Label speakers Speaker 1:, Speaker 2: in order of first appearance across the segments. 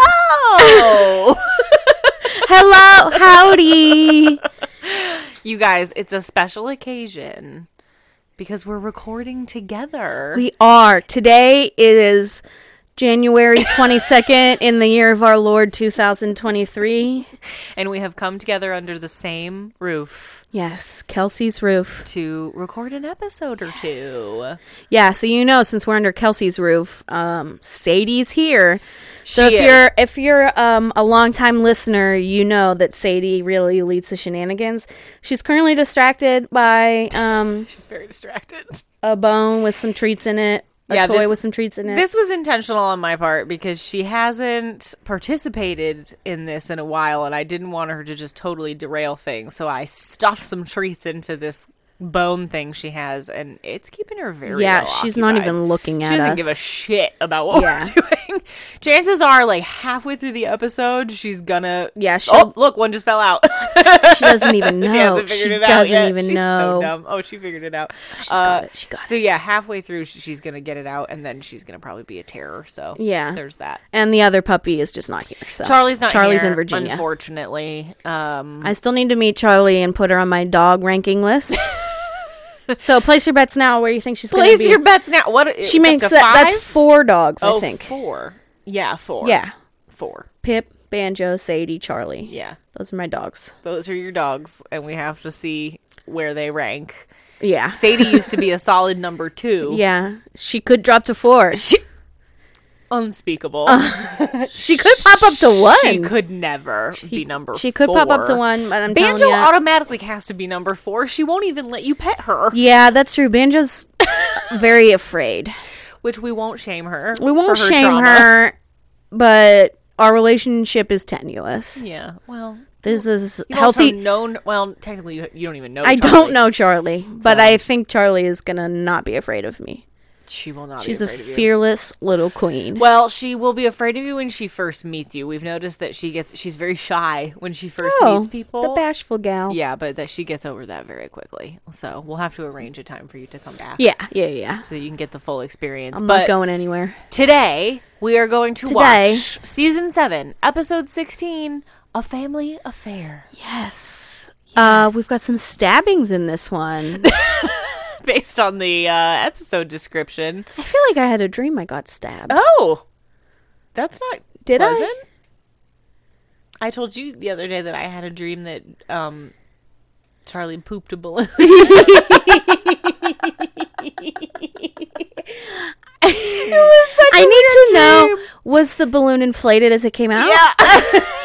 Speaker 1: Hello!
Speaker 2: Hello, howdy.
Speaker 1: you guys, it's a special occasion because we're recording together.
Speaker 2: we are. Today is January 22nd in the year of our Lord 2023.
Speaker 1: and we have come together under the same roof
Speaker 2: Yes, Kelsey's roof.
Speaker 1: to record an episode or two.
Speaker 2: Yeah, so you know since we're under Kelsey's roof, um Sadie's here. So
Speaker 1: She
Speaker 2: if
Speaker 1: is.
Speaker 2: you're if you're um a longtime listener, you know that Sadie really leads the shenanigans. She's currently distracted by um
Speaker 1: She's very distracted.
Speaker 2: a bone with some treats in it, a
Speaker 1: Yeah,
Speaker 2: toy
Speaker 1: this-
Speaker 2: with some treats in it.
Speaker 1: This was intentional on my part because she hasn't participated in this in a while, and I didn't want her to just totally derail things. So I stuffed some treats into this bone thing she has, and it's keeping her very
Speaker 2: yeah,
Speaker 1: well
Speaker 2: she's not
Speaker 1: occupied.
Speaker 2: even looking at
Speaker 1: She doesn't
Speaker 2: us.
Speaker 1: give a shit about what
Speaker 2: Yeah.
Speaker 1: we're doing. Chances are, like halfway through the episode, she's gonna.
Speaker 2: Yeah,
Speaker 1: Oh,
Speaker 2: she'll-
Speaker 1: look, one just fell out.
Speaker 2: She doesn't even know.
Speaker 1: she hasn't figured
Speaker 2: she
Speaker 1: it out
Speaker 2: doesn't
Speaker 1: yet.
Speaker 2: even
Speaker 1: she's
Speaker 2: know.
Speaker 1: So dumb. Oh, she figured it out. She
Speaker 2: got it. She got
Speaker 1: so yeah, halfway through, sh- she's gonna get it out, and then she's gonna probably be a terror. So
Speaker 2: Yeah.
Speaker 1: there's that.
Speaker 2: and the other puppy is just not here. So
Speaker 1: Charlie's not.
Speaker 2: Charlie's
Speaker 1: here,
Speaker 2: in Virginia.
Speaker 1: Unfortunately, um,
Speaker 2: I still need to meet Charlie and put her on my dog ranking list. so place your bets now where you think she's going to
Speaker 1: place
Speaker 2: be.
Speaker 1: your bets now. What
Speaker 2: she makes that. That's four dogs, I think.
Speaker 1: Oh, four. Yeah, four.
Speaker 2: Yeah,
Speaker 1: four.
Speaker 2: Pip, Banjo, Sadie, Charlie.
Speaker 1: Yeah,
Speaker 2: Those are my dogs.
Speaker 1: those are your dogs, and we have to see where they rank.
Speaker 2: Yeah,
Speaker 1: Sadie used to be a solid number two.
Speaker 2: yeah. She could drop to four. She,
Speaker 1: Unspeakable.
Speaker 2: could pop up to one.
Speaker 1: She could never be number
Speaker 2: She could pop up to
Speaker 1: four.
Speaker 2: one, but I'm
Speaker 1: Banjo
Speaker 2: telling ya-
Speaker 1: automatically has to be number four. She won't even let you pet her,
Speaker 2: yeah, that's true. Banjo's very afraid.
Speaker 1: which we won't shame her.
Speaker 2: We won't
Speaker 1: for her
Speaker 2: shame
Speaker 1: trauma.
Speaker 2: her, but our relationship is tenuous.
Speaker 1: Yeah. Well,
Speaker 2: This is
Speaker 1: you
Speaker 2: healthy.
Speaker 1: Also known. Well, technically, you, you don't even know.
Speaker 2: I
Speaker 1: Charlie.
Speaker 2: don't know Charlie, but I think Charlie is gonna not be afraid of me.
Speaker 1: She will not.
Speaker 2: She's
Speaker 1: be
Speaker 2: a
Speaker 1: afraid of you.
Speaker 2: fearless little queen.
Speaker 1: Well, she will be afraid of you when she first meets you. We've noticed that she gets. She's very shy when she first
Speaker 2: Oh,
Speaker 1: meets people.
Speaker 2: the bashful gal.
Speaker 1: Yeah, but that she gets over that very quickly. So we'll have to arrange a time for you to come back.
Speaker 2: yeah, yeah, yeah.
Speaker 1: So you can get the full experience.
Speaker 2: I'm
Speaker 1: but
Speaker 2: not going anywhere.
Speaker 1: today we are going to
Speaker 2: Today.
Speaker 1: watch season seven, episode sixteen, A Family Affair.
Speaker 2: Yes. Uh, we've got some stabbings in this one.
Speaker 1: Based on the uh, episode description.
Speaker 2: I feel like I had a dream I got stabbed.
Speaker 1: Oh. That's not
Speaker 2: Did I?
Speaker 1: pleasant. I? told you the other day that I had a dream that um Charlie pooped a balloon.
Speaker 2: I need to know was the balloon inflated as it came out?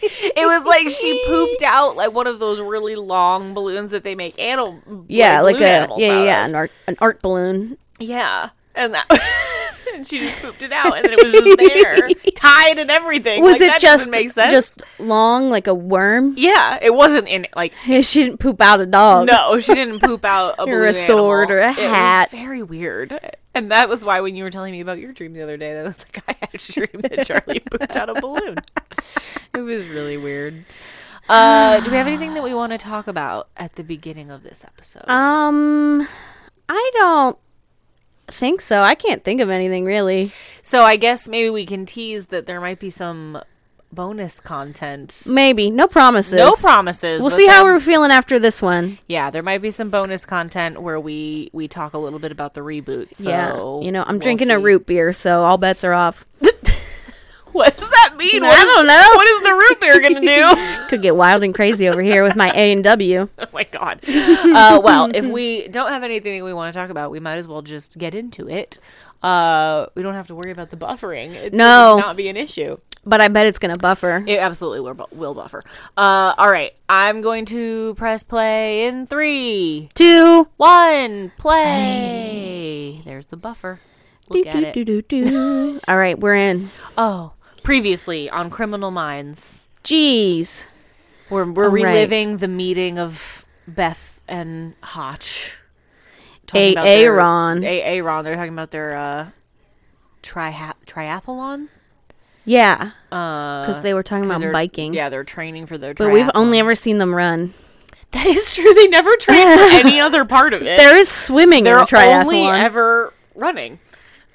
Speaker 1: Yeah. it was like she pooped out like one of those really long balloons that they make animal.
Speaker 2: Yeah, like,
Speaker 1: balloon
Speaker 2: a
Speaker 1: animals
Speaker 2: yeah, yeah,
Speaker 1: out
Speaker 2: yeah,
Speaker 1: of.
Speaker 2: an art an art balloon.
Speaker 1: yeah, and that. and she just pooped it out, and then it was just there, tied and everything.
Speaker 2: Was
Speaker 1: Like,
Speaker 2: it
Speaker 1: that
Speaker 2: just
Speaker 1: doesn't make sense?
Speaker 2: just long like a worm?
Speaker 1: yeah, it wasn't in like
Speaker 2: she didn't poop out a dog.
Speaker 1: no, she didn't poop out a
Speaker 2: Or a
Speaker 1: balloon
Speaker 2: sword
Speaker 1: animal.
Speaker 2: or a
Speaker 1: It was
Speaker 2: hat.
Speaker 1: very weird, and that was why when you were telling me about your dream the other day, that I was like, I had a dream that Charlie pooped out a balloon. It was really weird. Uh, do we have anything that we want to talk about at the beginning of this episode?
Speaker 2: Um, I don't think so. I can't think of anything really.
Speaker 1: so I guess maybe we can tease that there might be some bonus content.
Speaker 2: Maybe no promises.
Speaker 1: No promises.
Speaker 2: We'll
Speaker 1: but
Speaker 2: see how
Speaker 1: then-
Speaker 2: we're feeling after this one.
Speaker 1: Yeah, there might be some bonus content where we we talk a little bit about the reboot. So
Speaker 2: yeah, you know, I'm
Speaker 1: we'll
Speaker 2: drinking a
Speaker 1: see.
Speaker 2: root beer, so all bets are off.
Speaker 1: What does that mean?
Speaker 2: I don't know.
Speaker 1: What is the root beer gonna do?
Speaker 2: Could get wild and crazy over here with my A and W.
Speaker 1: oh my god. Uh, well, if we don't have anything that we want to talk about, we might as well just get into it. Uh, we don't have to worry about the buffering. It's,
Speaker 2: No.
Speaker 1: it would not be an issue.
Speaker 2: But I bet it's gonna buffer.
Speaker 1: It absolutely will, bu- will buffer. Uh, all right, I'm going to press play in three,
Speaker 2: Two.
Speaker 1: one, play. There's the buffer. Look at it.
Speaker 2: Do, do, do, do. all right, we're in.
Speaker 1: Oh, Previously on Criminal Minds,
Speaker 2: Jeez.
Speaker 1: we're we're
Speaker 2: All right.
Speaker 1: reliving the meeting of Beth and Hotch.
Speaker 2: A-
Speaker 1: about their-
Speaker 2: Aaron.
Speaker 1: A- Aaron. They're talking about their uh, triha- triathlon.
Speaker 2: Yeah.
Speaker 1: Because
Speaker 2: Because they were talking about biking.
Speaker 1: Yeah, Uh, they're training for their.
Speaker 2: But we've
Speaker 1: triathlon.
Speaker 2: only ever seen them run.
Speaker 1: That is true. They never train for any other part of it.
Speaker 2: There is swimming in
Speaker 1: They're
Speaker 2: a triathlon.
Speaker 1: only ever running.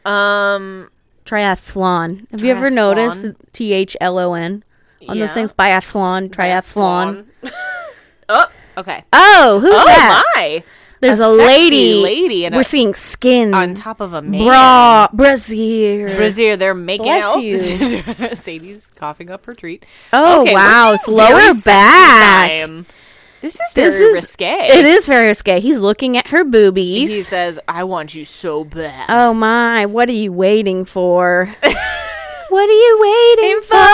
Speaker 1: Um,
Speaker 2: triathlon. Have you ever
Speaker 1: Triathlon.
Speaker 2: noticed T H L O N on those
Speaker 1: Yeah.
Speaker 2: things? Biathlon, triathlon.
Speaker 1: oh, okay.
Speaker 2: Oh, who's
Speaker 1: Oh
Speaker 2: that?
Speaker 1: my!
Speaker 2: There's a,
Speaker 1: sexy
Speaker 2: lady.
Speaker 1: lady, and
Speaker 2: We're
Speaker 1: a-
Speaker 2: seeing skin.
Speaker 1: on top of a man.
Speaker 2: Bra, brassiere.
Speaker 1: Brazier, they're making
Speaker 2: Bless
Speaker 1: out.
Speaker 2: you.
Speaker 1: Sadie's coughing up her treat.
Speaker 2: oh
Speaker 1: Okay, we're
Speaker 2: wow, it's
Speaker 1: seeing
Speaker 2: lower
Speaker 1: very sexy
Speaker 2: back.
Speaker 1: time. This is
Speaker 2: This
Speaker 1: very
Speaker 2: is
Speaker 1: risque.
Speaker 2: It is very risque. He's looking at her boobies.
Speaker 1: He says, "I want you so bad."
Speaker 2: oh my, what are you waiting for? what are you waiting for?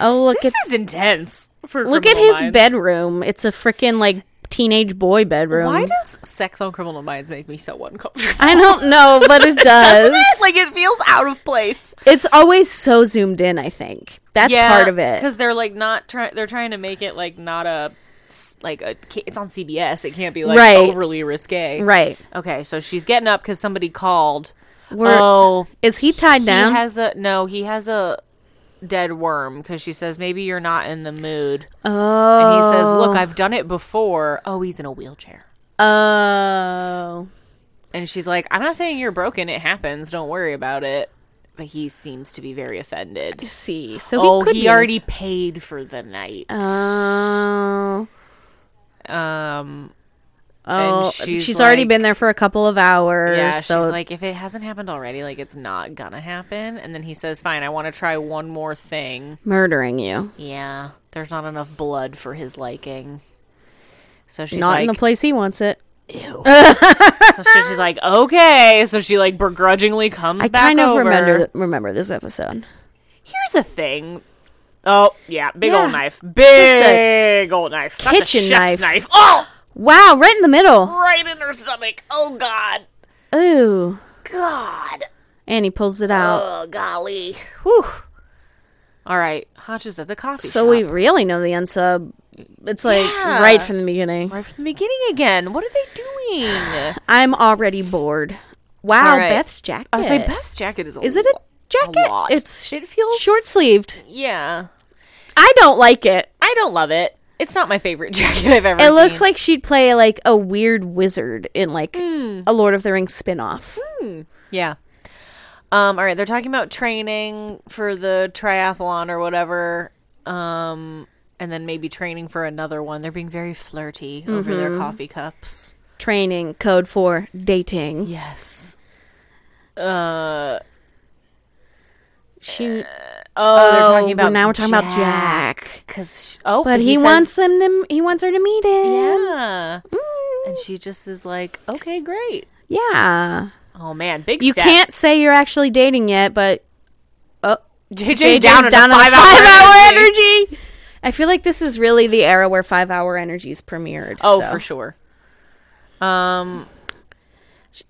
Speaker 2: Oh look
Speaker 1: this
Speaker 2: at
Speaker 1: is intense. For
Speaker 2: look at
Speaker 1: Criminal
Speaker 2: his
Speaker 1: Minds.
Speaker 2: bedroom. It's a freaking like teenage boy bedroom.
Speaker 1: Why does sex on Criminal Minds make me so uncomfortable?
Speaker 2: I don't know, but it does.
Speaker 1: like it feels out of place.
Speaker 2: it's always so zoomed in. I think that's part of it.
Speaker 1: because they're like not trying. They're trying to make it like not a s- like a. ca- It's on CBS. It can't be like
Speaker 2: Right.
Speaker 1: overly risque.
Speaker 2: Right?
Speaker 1: Okay, so she's getting up because somebody called.
Speaker 2: We're-
Speaker 1: oh,
Speaker 2: Is he tied
Speaker 1: he
Speaker 2: down?
Speaker 1: has a no. He has a dead worm because she says maybe you're not in the mood,
Speaker 2: oh,
Speaker 1: and he says, "Look, I've done it before." Oh, he's in a wheelchair,
Speaker 2: Oh,
Speaker 1: and she's like, "I'm not saying you're broken. It happens. Don't worry about it." But he seems to be very offended.
Speaker 2: see, so
Speaker 1: Oh,
Speaker 2: he, could
Speaker 1: he
Speaker 2: be-
Speaker 1: already paid for the night.
Speaker 2: Oh,
Speaker 1: um,
Speaker 2: oh,
Speaker 1: she's
Speaker 2: she's, already
Speaker 1: like-
Speaker 2: been there for a couple of hours.
Speaker 1: Yeah,
Speaker 2: so
Speaker 1: she's like, if it hasn't happened already, like it's not gonna happen. And then he says, "Fine, I want to try one more thing."
Speaker 2: murdering you,
Speaker 1: Yeah, there's not enough blood for his liking. So she's
Speaker 2: not
Speaker 1: like,
Speaker 2: in the place he wants it.
Speaker 1: "Ew." so she- she's like, "Okay." So she like begrudgingly comes
Speaker 2: I
Speaker 1: back
Speaker 2: kind of
Speaker 1: over.
Speaker 2: remember remember this episode.
Speaker 1: Here's a thing. Oh yeah, big
Speaker 2: Yeah.
Speaker 1: old knife, big old knife, Not the
Speaker 2: kitchen knife.
Speaker 1: chef's knife. Oh,
Speaker 2: Wow, right in the middle.
Speaker 1: right in her stomach. Oh God,
Speaker 2: Ooh,
Speaker 1: God.
Speaker 2: and he pulls it out.
Speaker 1: Oh golly. Whew. All right, Hotch is at the coffee
Speaker 2: So
Speaker 1: shop.
Speaker 2: we really know the unsub. It's like
Speaker 1: Yeah.
Speaker 2: right from the beginning.
Speaker 1: right from the beginning again. What are they doing?
Speaker 2: I'm already bored. Wow,
Speaker 1: All right.
Speaker 2: Beth's jacket.
Speaker 1: I was like, Beth's jacket is a
Speaker 2: Is it a
Speaker 1: lo-
Speaker 2: jacket?
Speaker 1: lot.
Speaker 2: It's
Speaker 1: It feels-
Speaker 2: short sleeved.
Speaker 1: Yeah,
Speaker 2: I don't like it.
Speaker 1: I don't love it. It's not my favorite jacket I've ever.
Speaker 2: It looks
Speaker 1: seen.
Speaker 2: like she'd play like a weird wizard in like
Speaker 1: Hmm.
Speaker 2: a Lord of the Rings spin off.
Speaker 1: yeah. Um. All right, they're talking about training for the triathlon or whatever. Um. And then maybe training for another one. They're being very flirty over
Speaker 2: Mm-hmm.
Speaker 1: their coffee cups.
Speaker 2: Training code for dating.
Speaker 1: Yes. Uh.
Speaker 2: She
Speaker 1: Oh, they're talking
Speaker 2: Oh,
Speaker 1: about
Speaker 2: now we're talking about Jack.
Speaker 1: Because oh,
Speaker 2: But he,
Speaker 1: says-
Speaker 2: wants them to he wants her to meet him. Mm.
Speaker 1: Yeah. And she just is like, okay, great.
Speaker 2: Yeah. yeah.
Speaker 1: Oh man, big.
Speaker 2: You
Speaker 1: step.
Speaker 2: can't say you're actually dating yet, but oh,
Speaker 1: JJ
Speaker 2: JJ's
Speaker 1: down, down
Speaker 2: on
Speaker 1: five,
Speaker 2: the five-hour
Speaker 1: hour energy.
Speaker 2: energy. I feel like this is really the era where five hour energy's premiered.
Speaker 1: Oh,
Speaker 2: so.
Speaker 1: for sure. Um.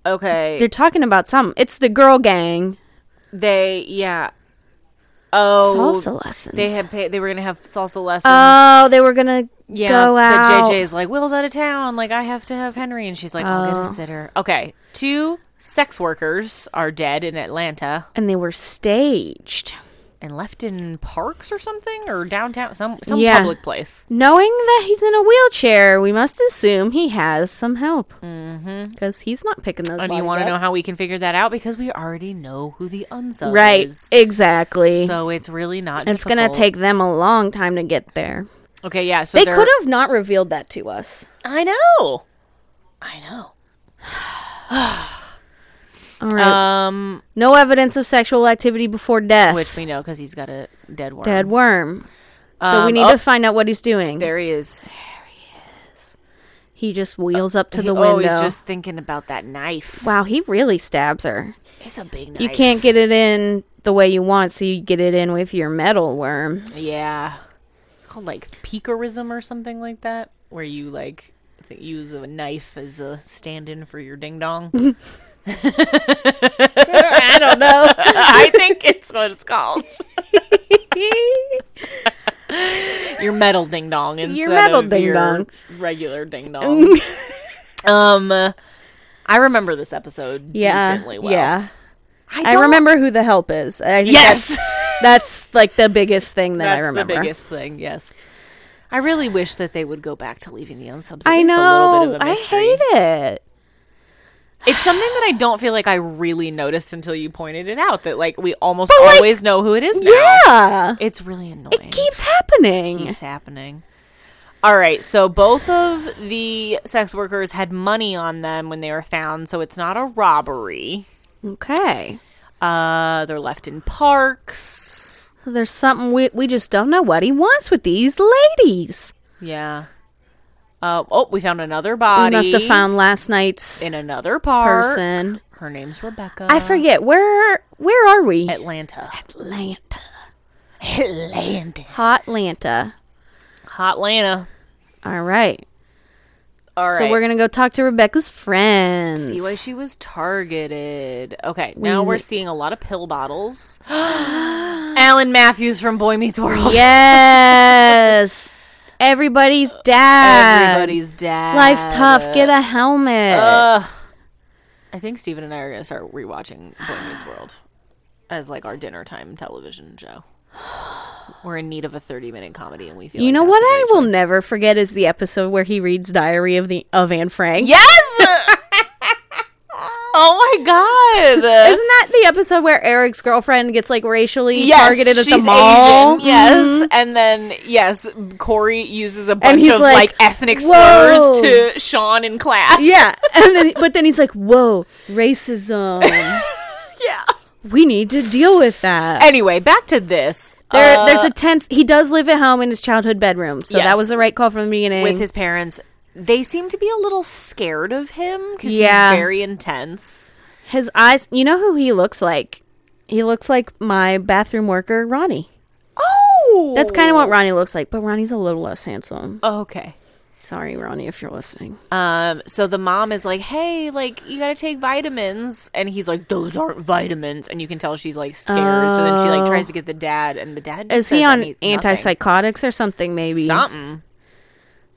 Speaker 1: Okay.
Speaker 2: They're talking about some. It's the girl gang
Speaker 1: they yeah. Oh,
Speaker 2: salsa lessons.
Speaker 1: they had paid. They were gonna have salsa lessons.
Speaker 2: Oh, they were gonna
Speaker 1: yeah.
Speaker 2: go out.
Speaker 1: But JJ's like, Will's out of town. Like, I have to have Henry, and she's like, I'll get
Speaker 2: Oh.
Speaker 1: a sitter. Okay. Two sex workers are dead in Atlanta
Speaker 2: and they were staged,
Speaker 1: and left in parks or something or downtown, some some
Speaker 2: Yeah.
Speaker 1: public place.
Speaker 2: knowing that he's in a wheelchair. We must assume he has some help because he's not picking those.
Speaker 1: Mm-hmm. And you
Speaker 2: bodies
Speaker 1: want to
Speaker 2: up.
Speaker 1: know how we can figure that out because we already know who the unsub
Speaker 2: right?
Speaker 1: is.
Speaker 2: Exactly.
Speaker 1: So it's really not.
Speaker 2: it's gonna
Speaker 1: difficult.
Speaker 2: take them a long time to get there.
Speaker 1: Okay, yeah. So
Speaker 2: They
Speaker 1: they're-
Speaker 2: could have not revealed that to us.
Speaker 1: I know. I know.
Speaker 2: All right.
Speaker 1: Um,
Speaker 2: No evidence of sexual activity before death.
Speaker 1: which we know because he's got a dead worm.
Speaker 2: dead worm. So we
Speaker 1: Um,
Speaker 2: need
Speaker 1: oh.
Speaker 2: to find out what he's doing.
Speaker 1: There he is.
Speaker 2: He just wheels up to
Speaker 1: He-
Speaker 2: the window.
Speaker 1: oh, he's just thinking about that knife.
Speaker 2: wow, he really stabs her.
Speaker 1: It's a big knife.
Speaker 2: You can't get it in the way you want, so you get it in with your metal worm.
Speaker 1: Yeah. It's called like peakerism or something like that, where you like th- use a knife as a stand-in for your ding dong.
Speaker 2: I don't know.
Speaker 1: I think it's what it's called. your metal ding dong instead
Speaker 2: Your metal
Speaker 1: of
Speaker 2: ding
Speaker 1: your
Speaker 2: dong.
Speaker 1: regular ding dong. um, uh, I remember this episode
Speaker 2: yeah,
Speaker 1: decently well.
Speaker 2: yeah. I,
Speaker 1: don't-
Speaker 2: remember who the help is. I think
Speaker 1: Yes.
Speaker 2: that's, that's like the biggest thing that
Speaker 1: That's
Speaker 2: I remember.
Speaker 1: the biggest thing. Yes. I really wish that they would go back to leaving the unsubs.
Speaker 2: I
Speaker 1: A little
Speaker 2: know.
Speaker 1: bit of a
Speaker 2: I
Speaker 1: mystery.
Speaker 2: hate it.
Speaker 1: It's something that I don't feel like I really noticed until you pointed it out. That like we almost
Speaker 2: But, like,
Speaker 1: always know who it is. Now.
Speaker 2: Yeah,
Speaker 1: It's really annoying.
Speaker 2: it keeps happening.
Speaker 1: Oh. keeps happening. All right, so both of the sex workers had money on them when they were found, so it's not a robbery.
Speaker 2: okay,
Speaker 1: Uh, they're left in parks.
Speaker 2: so there's something we we just don't know what he wants with these ladies.
Speaker 1: Yeah. Uh, oh, we found another body.
Speaker 2: We must have found last night's
Speaker 1: in another park.
Speaker 2: person.
Speaker 1: Her name's Rebecca.
Speaker 2: I forget where where are we?
Speaker 1: Atlanta.
Speaker 2: Atlanta,
Speaker 1: Atlanta.
Speaker 2: hot Atlanta.
Speaker 1: Hot Atlanta.
Speaker 2: All right.
Speaker 1: All right.
Speaker 2: So we're gonna go talk to Rebecca's friends.
Speaker 1: see why she was targeted. Okay, now we're seeing a lot of pill bottles. Alan Matthews from Boy Meets World.
Speaker 2: yes, everybody's dad.
Speaker 1: Everybody's dad.
Speaker 2: Um,
Speaker 1: Oh,
Speaker 2: Life's tough. Get a helmet.
Speaker 1: Ugh. I think Steven and I are gonna start rewatching Boy Meets World as like our dinner time television show. We're in need of a thirty-minute comedy, and we feel
Speaker 2: you
Speaker 1: like
Speaker 2: know
Speaker 1: that's
Speaker 2: what
Speaker 1: a
Speaker 2: I
Speaker 1: great
Speaker 2: will
Speaker 1: choice.
Speaker 2: never forget is the episode where he reads Diary of the of Anne Frank.
Speaker 1: Yes. oh my god!
Speaker 2: Isn't that the episode where Eric's girlfriend gets like racially
Speaker 1: Yes,
Speaker 2: targeted at the
Speaker 1: she's
Speaker 2: mall? Mm-hmm.
Speaker 1: Asian, yes, and then yes, Corey uses a bunch
Speaker 2: he's
Speaker 1: of like,
Speaker 2: like,
Speaker 1: ethnic
Speaker 2: "Whoa."
Speaker 1: slurs to Sean in class.
Speaker 2: Yeah. And then, but then he's like, "Whoa, racism.
Speaker 1: yeah.
Speaker 2: we need to deal with that."
Speaker 1: Anyway, back to this.
Speaker 2: There,
Speaker 1: Uh,
Speaker 2: there's a tense. He does live at home in his childhood bedroom, so
Speaker 1: Yes.
Speaker 2: that was the right call from the beginning.
Speaker 1: with his parents. They seem to be a little scared of him because
Speaker 2: Yeah.
Speaker 1: he's very intense.
Speaker 2: his eyes, you know who he looks like? He looks like my bathroom worker, Ronnie.
Speaker 1: Oh,
Speaker 2: That's kind of what Ronnie looks like, but Ronnie's a little less handsome.
Speaker 1: Okay.
Speaker 2: Sorry, Ronnie, if you're listening.
Speaker 1: Um, so the mom is like, "Hey, like you gotta take vitamins," and he's like, "Those aren't vitamins," and you can tell she's like scared. So then she like tries to get the dad, and the dad just
Speaker 2: Is he
Speaker 1: says
Speaker 2: on
Speaker 1: any- nothing.
Speaker 2: antipsychotics or something? Maybe
Speaker 1: something?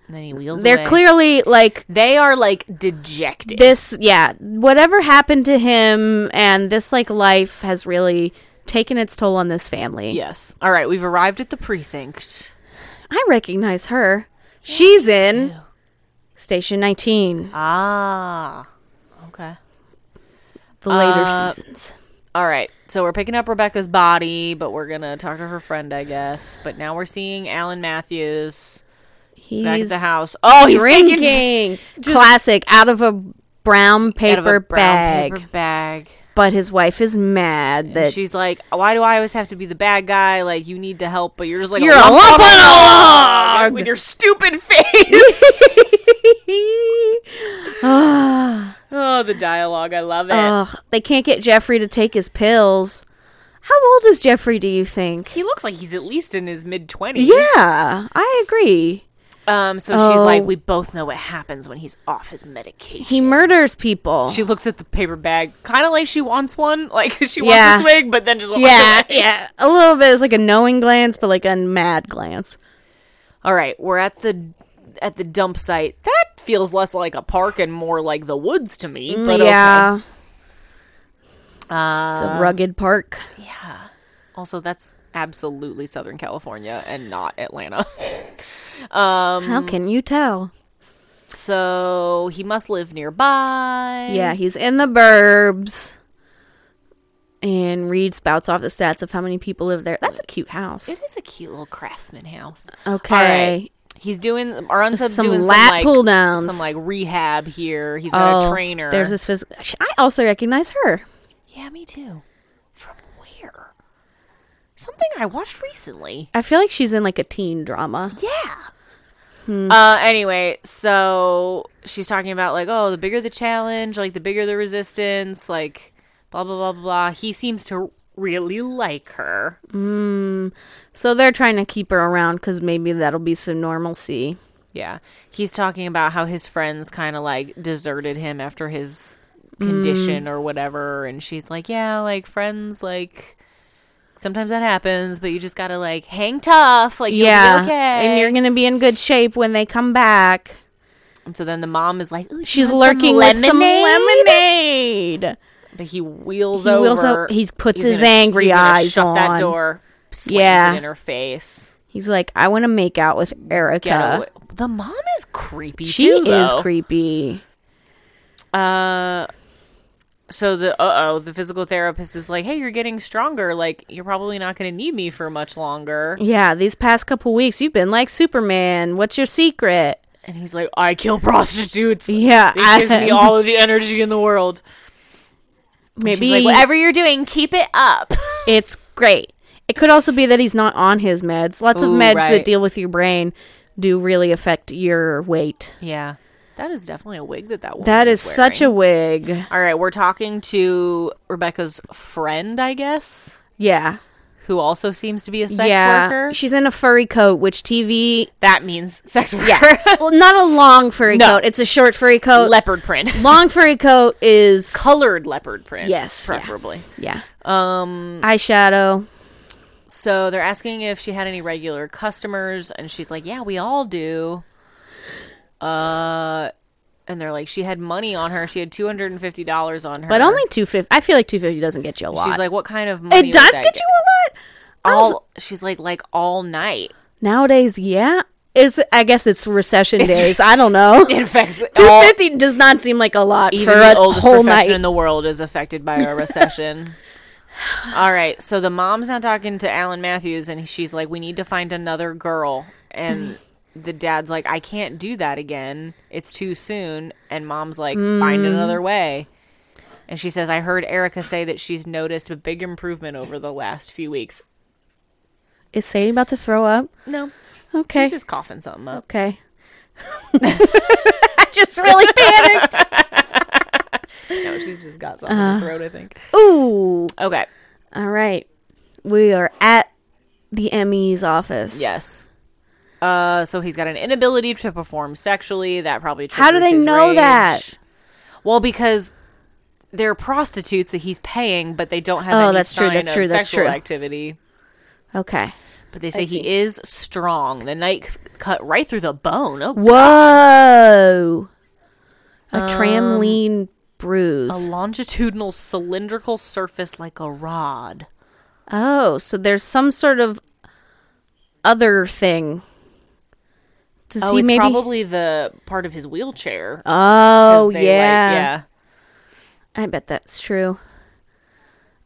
Speaker 1: And then he wheels.
Speaker 2: they're
Speaker 1: away.
Speaker 2: clearly like
Speaker 1: They are like dejected.
Speaker 2: this. Yeah, whatever happened to him and this like life has really taken its toll on this family.
Speaker 1: yes. All right, we've arrived at the precinct.
Speaker 2: I recognize her. She's in Station 19,
Speaker 1: Ah. Okay.
Speaker 2: the later
Speaker 1: Uh,
Speaker 2: seasons.
Speaker 1: All right. So we're picking up Rebecca's body, but we're going to talk to her friend, I guess. But now we're seeing Alan Matthews
Speaker 2: He's
Speaker 1: back at the house. Oh, he's taking
Speaker 2: drinking. Classic, out of a brown
Speaker 1: just
Speaker 2: paper
Speaker 1: out of a brown
Speaker 2: bag.
Speaker 1: paper bag.
Speaker 2: But his wife is mad that
Speaker 1: She's like, "Why do I always have to be the bad guy? Like you need to help, but you're just like
Speaker 2: You're a lump on
Speaker 1: of
Speaker 2: a
Speaker 1: log
Speaker 2: log."
Speaker 1: with your stupid face." oh, the dialogue, I love it.
Speaker 2: Ugh, they can't get Jeffrey to take his pills. How old is Jeffrey, do you think?
Speaker 1: he looks like he's at least in his mid twenties.
Speaker 2: Yeah, I agree.
Speaker 1: Um. So she's like,
Speaker 2: Oh.
Speaker 1: "We both know what happens when he's off his medication."
Speaker 2: He murders people.
Speaker 1: she looks at the paper bag, kind of like she wants one, like she
Speaker 2: Yeah.
Speaker 1: wants a swig, but then just wants
Speaker 2: yeah,
Speaker 1: it.
Speaker 2: yeah. A little bit. It's like a knowing glance, but like a mad glance.
Speaker 1: All right, we're at the at the dump site. That feels less like a park and more like the woods to me. But
Speaker 2: yeah.
Speaker 1: Okay. Uh,
Speaker 2: It's a rugged park.
Speaker 1: Yeah. Also, that's absolutely Southern California and not Atlanta. um,
Speaker 2: How can you tell?
Speaker 1: so he must live nearby.
Speaker 2: Yeah, he's in the burbs. And Reed spouts off the stats of how many people live there. That's a cute house.
Speaker 1: It is a cute little craftsman house.
Speaker 2: Okay.
Speaker 1: All right. He's doing our unsub's
Speaker 2: Some
Speaker 1: doing
Speaker 2: lat
Speaker 1: some like
Speaker 2: pull downs. Oh,
Speaker 1: some like rehab here. He's got a trainer.
Speaker 2: There's this physical. I also recognize her.
Speaker 1: yeah, me too. From where? Something I watched recently.
Speaker 2: I feel like she's in like a teen drama.
Speaker 1: Yeah. Uh, anyway, so she's talking about like, oh, the bigger the challenge, like the bigger the resistance, like blah blah blah blah. blah. He seems to really like her.
Speaker 2: So they're trying to keep her around because maybe that'll be some normalcy.
Speaker 1: Yeah, he's talking about how his friends kind of like deserted him after
Speaker 2: Mm.
Speaker 1: his condition or whatever, and she's like, yeah, like friends like sometimes that happens, but you just gotta like hang tough, like you'll
Speaker 2: yeah.
Speaker 1: be okay.
Speaker 2: And you're going to be in good shape when they come back.
Speaker 1: And so then the mom is like, "Ooh, you
Speaker 2: She's
Speaker 1: want some
Speaker 2: lurking with some lemonade.
Speaker 1: But he wheels
Speaker 2: He
Speaker 1: over.
Speaker 2: wheels o- he puts
Speaker 1: He's
Speaker 2: his
Speaker 1: gonna-
Speaker 2: angry
Speaker 1: he's gonna
Speaker 2: eyes
Speaker 1: shut
Speaker 2: on.
Speaker 1: that door. Slams
Speaker 2: Yeah.
Speaker 1: it in her face.
Speaker 2: He's like, I want to make out with
Speaker 1: Get
Speaker 2: Erica.
Speaker 1: away. The mom is creepy.
Speaker 2: She
Speaker 1: too,
Speaker 2: is
Speaker 1: though.
Speaker 2: creepy.
Speaker 1: Uh, so the uh oh, the physical therapist is like, "Hey, you're getting stronger. Like you're probably not going to need me for much longer."
Speaker 2: Yeah, these past couple weeks, you've been like Superman. What's your secret?
Speaker 1: And he's like, "I kill prostitutes.
Speaker 2: Yeah,
Speaker 1: it gives me all of the energy in the world." She's
Speaker 2: maybe
Speaker 1: like, "Whatever you're doing, keep it up."
Speaker 2: it's great. It could also be that he's not on his meds. Lots of
Speaker 1: Ooh,
Speaker 2: meds that
Speaker 1: right.
Speaker 2: deal with your brain do really affect your weight.
Speaker 1: yeah, that is definitely a wig that that woman
Speaker 2: That is such a
Speaker 1: wearing.
Speaker 2: wig.
Speaker 1: All right, we're talking to Rebecca's friend, I guess,
Speaker 2: Yeah.
Speaker 1: who also seems to be a sex
Speaker 2: yeah.
Speaker 1: worker.
Speaker 2: She's in a furry coat, which TV.
Speaker 1: that means sex worker.
Speaker 2: well, not a long furry
Speaker 1: No.
Speaker 2: coat. It's a short furry coat.
Speaker 1: leopard print.
Speaker 2: long furry coat is.
Speaker 1: Colored leopard print.
Speaker 2: Yes, yeah.
Speaker 1: Preferably.
Speaker 2: yeah.
Speaker 1: Um
Speaker 2: Eyeshadow.
Speaker 1: So they're asking if she had any regular customers, and she's like, "Yeah, we all do." Uh, and they're like, "She had money on her. She had two hundred and fifty dollars on her,
Speaker 2: But only 250. I feel like 250 doesn't get you a lot.
Speaker 1: She's like, "What kind of money?"
Speaker 2: it
Speaker 1: would
Speaker 2: does
Speaker 1: that
Speaker 2: get you a lot. I was-
Speaker 1: all. She's like, like all night.
Speaker 2: Nowadays, yeah. Is I guess it's recession days. I don't know.
Speaker 1: It affects
Speaker 2: Two
Speaker 1: all.
Speaker 2: fifty does not seem like a lot
Speaker 1: Even
Speaker 2: for
Speaker 1: the
Speaker 2: a
Speaker 1: oldest
Speaker 2: whole
Speaker 1: profession
Speaker 2: night.
Speaker 1: in the world is affected by a recession. all right, so the mom's not talking to Alan Matthews, and she's like, "We need to find another girl." And the dad's like, "I can't do that again. It's too soon." And mom's like,
Speaker 2: Mm.
Speaker 1: "Find another way." And she says, "I heard Erica say that she's noticed a big improvement over the last few weeks."
Speaker 2: Is Sadie about to throw up?
Speaker 1: No,
Speaker 2: Okay.
Speaker 1: she's just coughing something up.
Speaker 2: okay. I just really panicked.
Speaker 1: No, she's just got something
Speaker 2: Uh-huh.
Speaker 1: in her throat. I think.
Speaker 2: Ooh.
Speaker 1: Okay.
Speaker 2: All right. We are at the Emmy's office.
Speaker 1: Yes. Uh, so he's got an inability to perform sexually. That probably
Speaker 2: How do
Speaker 1: triggers
Speaker 2: they
Speaker 1: his
Speaker 2: know
Speaker 1: rage.
Speaker 2: that?
Speaker 1: Well, because they're prostitutes that he's paying, but they don't have.
Speaker 2: Oh,
Speaker 1: any
Speaker 2: that's true,
Speaker 1: sign
Speaker 2: that's
Speaker 1: of
Speaker 2: true, that's
Speaker 1: sexual
Speaker 2: true.
Speaker 1: Activity,
Speaker 2: Okay.
Speaker 1: but they say he is strong. The knife cut right through the bone. Oh,
Speaker 2: Whoa. A tramline bruise.
Speaker 1: Um, a longitudinal cylindrical surface like a rod.
Speaker 2: Oh, so there's some sort of other thing. Does
Speaker 1: Oh,
Speaker 2: he
Speaker 1: it's
Speaker 2: maybe?
Speaker 1: probably the part of his wheelchair. 'cause
Speaker 2: oh,
Speaker 1: they,
Speaker 2: yeah.
Speaker 1: like- yeah.
Speaker 2: I bet that's true.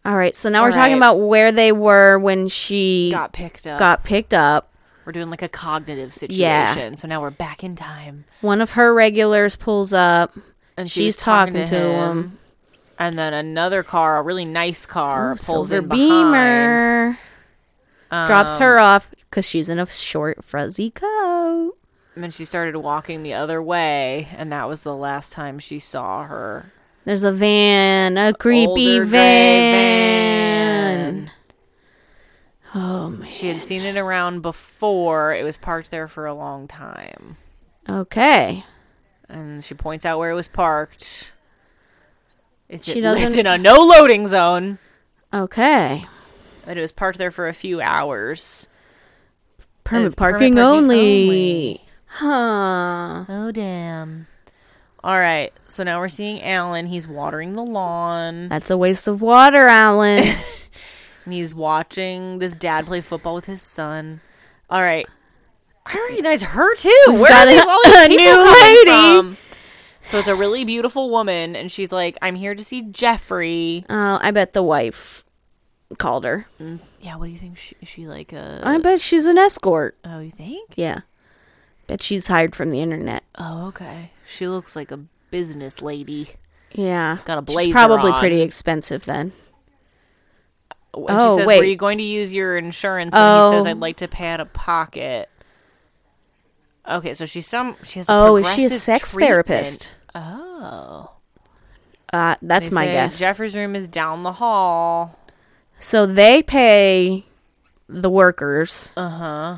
Speaker 2: All right, so now we're
Speaker 1: All
Speaker 2: talking
Speaker 1: right.
Speaker 2: about where they were when she got,
Speaker 1: Got picked up.
Speaker 2: picked up.
Speaker 1: We're doing like a cognitive situation.
Speaker 2: Yeah.
Speaker 1: So now we're back in time.
Speaker 2: One of her regulars pulls up.
Speaker 1: and she
Speaker 2: She's
Speaker 1: was talking,
Speaker 2: talking
Speaker 1: to,
Speaker 2: to
Speaker 1: him.
Speaker 2: him.
Speaker 1: And then another car, a really nice car, pulls
Speaker 2: Silver
Speaker 1: in behind. Um,
Speaker 2: Beamer drops her off because she's in a short fuzzy coat.
Speaker 1: um, And then she started walking the other way, and that was the last time she saw her.
Speaker 2: There's a van, a creepy
Speaker 1: Older gray
Speaker 2: van. Oh man.
Speaker 1: She had seen it around before. It was parked there for a long time.
Speaker 2: Okay.
Speaker 1: And she points out where it was parked. It's,
Speaker 2: She
Speaker 1: it- it's
Speaker 2: doesn't-
Speaker 1: in a no loading zone.
Speaker 2: Okay.
Speaker 1: And it was parked there for a few hours.
Speaker 2: Permit
Speaker 1: It's permit
Speaker 2: parking
Speaker 1: parking
Speaker 2: only.
Speaker 1: only.
Speaker 2: Huh.
Speaker 1: Oh, damn. All right. So now we're seeing Alan. He's watering the lawn.
Speaker 2: That's a waste of water, Alan.
Speaker 1: and he's watching this dad play football with his son. All right, I recognize her too. Where
Speaker 2: got
Speaker 1: are these,
Speaker 2: a-
Speaker 1: all these
Speaker 2: a
Speaker 1: people
Speaker 2: new
Speaker 1: coming
Speaker 2: lady.
Speaker 1: from? So it's a really beautiful woman, and she's like, "I'm here to see Jeffrey."
Speaker 2: Oh, I bet the wife called her.
Speaker 1: Yeah, what do you think? She, is she like
Speaker 2: I
Speaker 1: a?
Speaker 2: bet she's an escort.
Speaker 1: oh, you think?
Speaker 2: Yeah. Bet she's hired from the internet.
Speaker 1: Oh, okay. She looks like a business lady,
Speaker 2: Yeah.
Speaker 1: Got a
Speaker 2: She's
Speaker 1: blazer
Speaker 2: probably
Speaker 1: on.
Speaker 2: pretty expensive then.
Speaker 1: and
Speaker 2: Oh,
Speaker 1: she says, "Were
Speaker 2: wait.
Speaker 1: you going to use your insurance?" And he says,
Speaker 2: Oh.
Speaker 1: "I'd like to pay out of pocket." Okay, so she's some. She has. A
Speaker 2: Oh, is she a
Speaker 1: progressive
Speaker 2: sex
Speaker 1: treatment.
Speaker 2: therapist?
Speaker 1: Oh.
Speaker 2: Uh, that's
Speaker 1: They
Speaker 2: my
Speaker 1: say
Speaker 2: guess.
Speaker 1: Jeffrey's room is down the hall.
Speaker 2: so they pay the workers
Speaker 1: Uh huh.
Speaker 2: Uh-huh.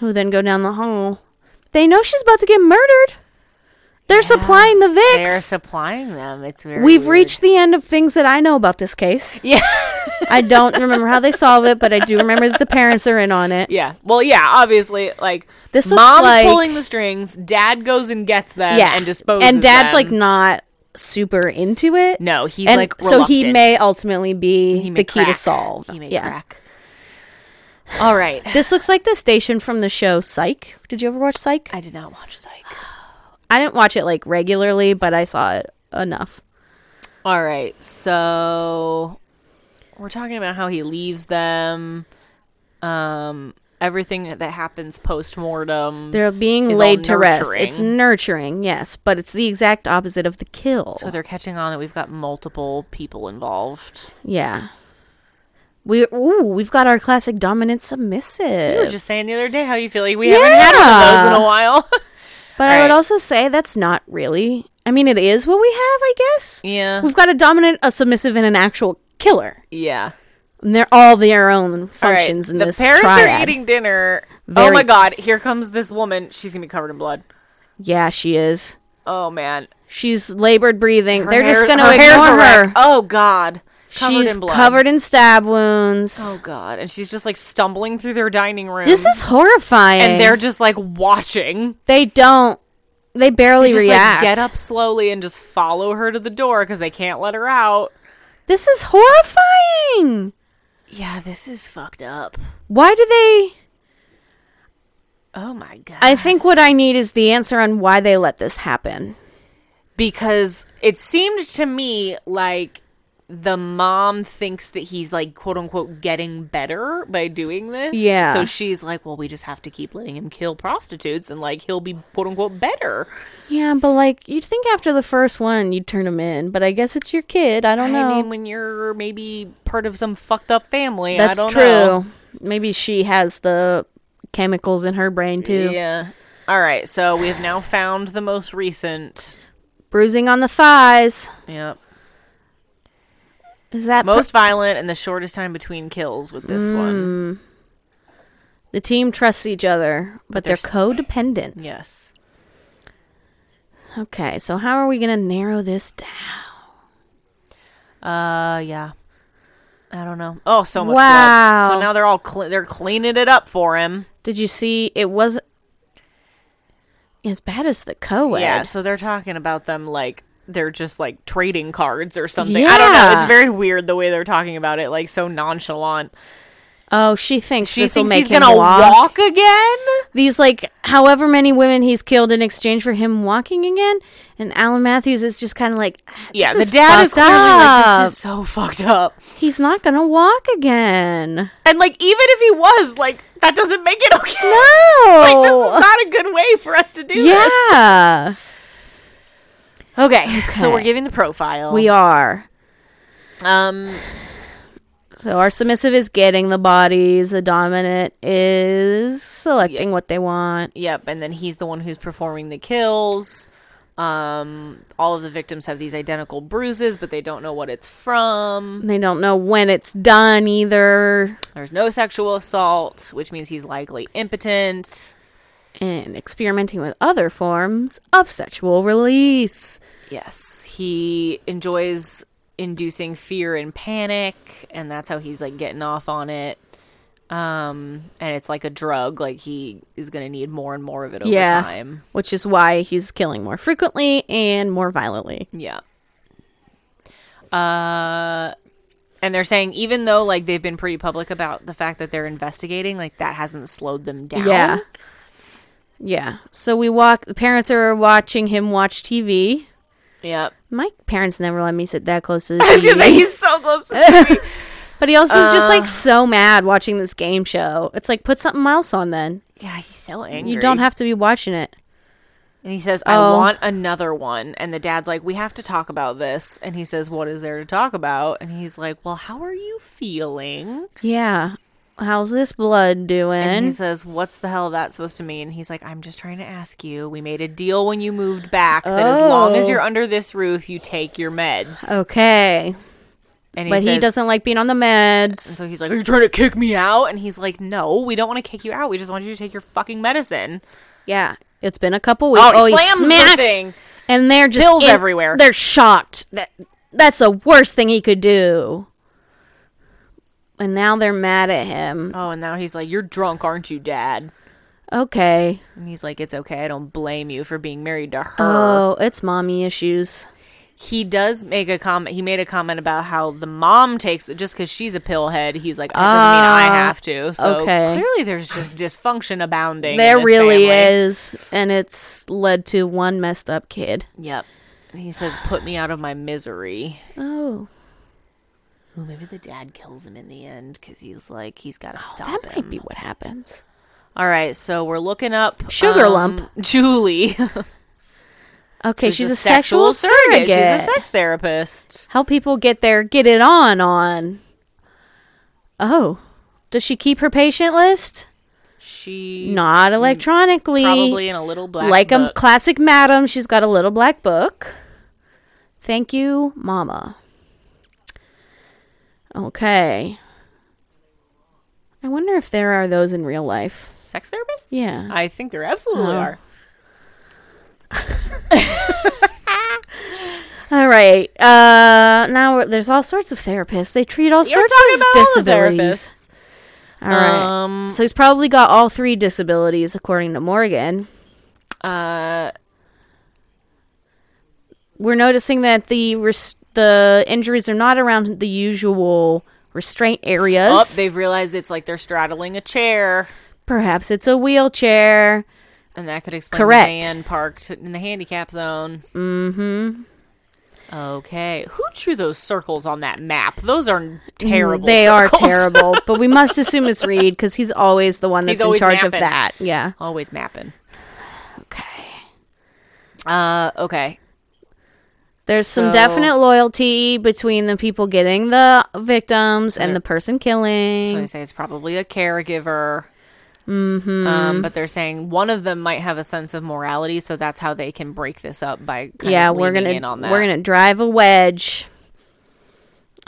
Speaker 2: who then go down the hall. They know she's about to get murdered. They're supplying the Vicks.
Speaker 1: They're supplying them. It's very
Speaker 2: We've
Speaker 1: weird.
Speaker 2: reached the end of things that I know about this case.
Speaker 1: Yeah.
Speaker 2: I don't remember how they solve it, but I do remember that the parents are in on it.
Speaker 1: Yeah. Well, yeah, obviously, like
Speaker 2: This looks
Speaker 1: mom's
Speaker 2: like-
Speaker 1: pulling the strings, dad goes and gets them
Speaker 2: Yeah.
Speaker 1: and disposes
Speaker 2: And dad's
Speaker 1: them.
Speaker 2: like not super into it.
Speaker 1: No, he's
Speaker 2: and
Speaker 1: like
Speaker 2: so he
Speaker 1: reluctant.
Speaker 2: may ultimately be
Speaker 1: He may
Speaker 2: the key to
Speaker 1: crack.
Speaker 2: solve.
Speaker 1: He may
Speaker 2: yeah.
Speaker 1: crack. All right.
Speaker 2: This looks like the station from the show Psych. Did you ever watch Psych?
Speaker 1: I did not watch Psych.
Speaker 2: I didn't watch it like regularly, but I saw it enough.
Speaker 1: All right. So we're talking about how he leaves them um everything that happens post-mortem.
Speaker 2: They're being
Speaker 1: Is all
Speaker 2: laid to rest. It's
Speaker 1: nurturing.
Speaker 2: nurturing, yes, but it's the exact opposite of the kill.
Speaker 1: so they're catching on that we've got multiple people involved.
Speaker 2: yeah. We ooh, we've got our classic dominant submissive.
Speaker 1: You were just saying the other day how you feel like we haven't had one of those in
Speaker 2: Yeah.
Speaker 1: a while.
Speaker 2: but I would
Speaker 1: Alright.
Speaker 2: also say that's not really. I mean, it is what we have, I guess.
Speaker 1: yeah.
Speaker 2: We've got a dominant, a submissive, and an actual killer.
Speaker 1: Yeah.
Speaker 2: And they're all their own
Speaker 1: All right,
Speaker 2: functions in
Speaker 1: the
Speaker 2: this
Speaker 1: parents
Speaker 2: triad.
Speaker 1: are eating dinner.
Speaker 2: Very-
Speaker 1: Oh my god, here comes this woman. She's gonna be covered in blood.
Speaker 2: yeah, she is.
Speaker 1: Oh man,
Speaker 2: She's labored breathing.
Speaker 1: Her
Speaker 2: they're just
Speaker 1: hair-
Speaker 2: going to
Speaker 1: her hair's
Speaker 2: ignore
Speaker 1: a wreck.
Speaker 2: her.
Speaker 1: Oh god, covered
Speaker 2: She's
Speaker 1: in blood.
Speaker 2: covered in stab wounds.
Speaker 1: Oh god, and she's just like stumbling through their dining room.
Speaker 2: This is horrifying.
Speaker 1: and they're just like watching.
Speaker 2: they don't they barely
Speaker 1: Just
Speaker 2: react.
Speaker 1: like get up slowly and just follow her to the door because they can't let her out.
Speaker 2: This is horrifying.
Speaker 1: Yeah, this is fucked up.
Speaker 2: Why do they?
Speaker 1: Oh my god.
Speaker 2: I think what I need is the answer on why they let this happen.
Speaker 1: because it seemed to me like the mom thinks that he's like quote unquote getting better by doing this.
Speaker 2: Yeah.
Speaker 1: So she's like, well, we just have to keep letting him kill prostitutes and like he'll be quote unquote better.
Speaker 2: Yeah, but like you'd think after the first one you'd turn them in, but I guess it's your kid. I don't know.
Speaker 1: I mean, when you're maybe part of some fucked up family,
Speaker 2: That's
Speaker 1: I don't
Speaker 2: true.
Speaker 1: know.
Speaker 2: Maybe she has the chemicals in her brain too.
Speaker 1: Yeah. All right. So we have now found the most recent.
Speaker 2: Bruising on the thighs.
Speaker 1: Yep.
Speaker 2: Is that
Speaker 1: Most violent and the shortest time between kills with
Speaker 2: Hmm.
Speaker 1: this one.
Speaker 2: the team trusts each other, but, they're,
Speaker 1: they're
Speaker 2: codependent.
Speaker 1: Yes.
Speaker 2: Okay, so how are we going to narrow this down?
Speaker 1: Uh, yeah. I don't know. Oh, so much
Speaker 2: Wow.
Speaker 1: blood. So now they're all cle they're cleaning it up for him.
Speaker 2: Did you see it was as bad as the co-ed?
Speaker 1: Yeah. So they're talking about them like they're just like trading cards or something. I don't know.
Speaker 2: Yeah.
Speaker 1: It's very weird the way they're talking about it. Like so nonchalant.
Speaker 2: Oh, she thinks
Speaker 1: She
Speaker 2: this will
Speaker 1: thinks
Speaker 2: make
Speaker 1: he's
Speaker 2: him
Speaker 1: gonna
Speaker 2: walk.
Speaker 1: walk again.
Speaker 2: These like however many women he's killed in exchange for him walking again, and Alan Matthews is just kind of like, "Ah,
Speaker 1: Yeah.
Speaker 2: this
Speaker 1: the dad is
Speaker 2: fucked
Speaker 1: clearly like
Speaker 2: up.
Speaker 1: this is so fucked up.
Speaker 2: he's not gonna walk again.
Speaker 1: And like even if he was like that doesn't make it okay. Like this
Speaker 2: No.
Speaker 1: is not a good way for us to do this.
Speaker 2: Oh, yeah,
Speaker 1: Okay. So we're
Speaker 2: Okay.
Speaker 1: giving the profile.
Speaker 2: we are.
Speaker 1: um
Speaker 2: So our submissive is getting the bodies. The dominant is selecting what they want.
Speaker 1: Yep, and then he's the one who's performing the kills. Um, all of the victims have these identical bruises, but they don't know what it's from.
Speaker 2: They don't know when it's done either.
Speaker 1: There's no sexual assault, which means he's likely impotent.
Speaker 2: and experimenting with other forms of sexual release.
Speaker 1: Yes, he enjoys inducing fear and panic, and that's how he's like getting off on it. Um, and it's like a drug; like he is going to need more and more of it over
Speaker 2: yeah.
Speaker 1: time.
Speaker 2: Which is why he's killing more frequently and more violently.
Speaker 1: Yeah. Uh and they're saying even though like they've been pretty public about the fact that they're investigating, like that hasn't slowed them down.
Speaker 2: Yeah. Yeah. So we walk, the parents are watching him watch TV.
Speaker 1: Yep.
Speaker 2: My parents never let me sit that close to the
Speaker 1: I was gonna say uh,
Speaker 2: TV.
Speaker 1: he's so close to
Speaker 2: but he also is just like so mad watching this game show. It's like, put something else on then.
Speaker 1: Yeah, he's so angry.
Speaker 2: You don't have to be watching it.
Speaker 1: And he says, I
Speaker 2: Oh.
Speaker 1: want another one. And the dad's like, We have to talk about this. And he says, What is there to talk about? And he's like, Well, how are you feeling?
Speaker 2: Yeah. How's this blood
Speaker 1: And he
Speaker 2: doing?
Speaker 1: says, What's the hell that's supposed to mean? He's like, I'm just trying to ask you. We made a deal when you moved back that as long as
Speaker 2: Oh.
Speaker 1: you're under this roof, you take your meds.
Speaker 2: Okay.
Speaker 1: And
Speaker 2: but he
Speaker 1: says- uh,
Speaker 2: doesn't like being on the meds.
Speaker 1: So he's like, Are you trying to kick me out? And he's like, No, we don't want to kick you out. We just want you to take your fucking medicine. Oh,
Speaker 2: Yeah, it's been a couple weeks. Oh,
Speaker 1: he slams the thing.
Speaker 2: and they're just
Speaker 1: Pills everywhere.
Speaker 2: They're shocked that that's the worst thing he could do. And now they're mad at him.
Speaker 1: Oh, and now he's like, You're drunk, aren't you, Dad?
Speaker 2: Okay.
Speaker 1: And he's like, It's okay. I don't blame you for being married to her.
Speaker 2: Oh, it's mommy issues.
Speaker 1: He does make a comment. He made a comment about how the mom takes it just because she's a pillhead. He's like, That doesn't mean I
Speaker 2: Ah,
Speaker 1: have to. So
Speaker 2: okay.
Speaker 1: clearly there's just dysfunction abounding. in
Speaker 2: There
Speaker 1: this
Speaker 2: really
Speaker 1: family.
Speaker 2: is, and it's led to one messed up kid.
Speaker 1: Yep. And he says, Put me out of my misery.
Speaker 2: Oh,
Speaker 1: Ooh, maybe the dad kills him in the end because he's like, He's got to stop
Speaker 2: Oh, that
Speaker 1: him.
Speaker 2: might be what happens.
Speaker 1: All right, so we're looking up
Speaker 2: Sugar
Speaker 1: um,
Speaker 2: lump.
Speaker 1: Julie.
Speaker 2: Okay,
Speaker 1: who's
Speaker 2: she's a, sexual, surrogate.
Speaker 1: She's a sex therapist.
Speaker 2: How people get their get it on on. Oh, does she keep her patient list?
Speaker 1: She
Speaker 2: Not electronically.
Speaker 1: probably in a little black
Speaker 2: like a
Speaker 1: book.
Speaker 2: classic madam, she's got a little black book. Thank you, Mama. Okay. I wonder if there are those in real life.
Speaker 1: sex therapist.
Speaker 2: Yeah.
Speaker 1: Mm-hmm. I think there absolutely
Speaker 2: Oh.
Speaker 1: are.
Speaker 2: All right. Uh, now we're- there's all sorts of therapists. They treat all
Speaker 1: You're
Speaker 2: sorts
Speaker 1: talking
Speaker 2: of
Speaker 1: about all the
Speaker 2: disabilities.
Speaker 1: therapists.
Speaker 2: all right.
Speaker 1: Um,
Speaker 2: so he's probably got all three disabilities, according to Morgan.
Speaker 1: uh,
Speaker 2: We're noticing that the res- the injuries are not around the usual restraint areas.
Speaker 1: oh, they've realized it's like they're straddling a chair,
Speaker 2: Perhaps it's a wheelchair.
Speaker 1: and that could explain
Speaker 2: Correct.
Speaker 1: the van parked in the handicap zone. Mm-hmm. Okay, who drew those circles on that map? Those are terrible.
Speaker 2: Mm, They
Speaker 1: circles.
Speaker 2: are terrible, but we must assume it's Reed because he's always the one that's in
Speaker 1: always
Speaker 2: charge of
Speaker 1: napping.
Speaker 2: that. Yeah.
Speaker 1: Always mapping.
Speaker 2: Okay.
Speaker 1: Uh, okay.
Speaker 2: There's some
Speaker 1: So-
Speaker 2: definite loyalty between the people getting the victims and
Speaker 1: they're-
Speaker 2: the person
Speaker 1: So
Speaker 2: killing.
Speaker 1: they say it's probably a caregiver. Mm-hmm. Um, but they're saying one of them might have a sense of morality, so that's how they can break this up by kind
Speaker 2: yeah,
Speaker 1: of
Speaker 2: we're
Speaker 1: leaning
Speaker 2: gonna
Speaker 1: in on that.
Speaker 2: we're gonna drive a wedge.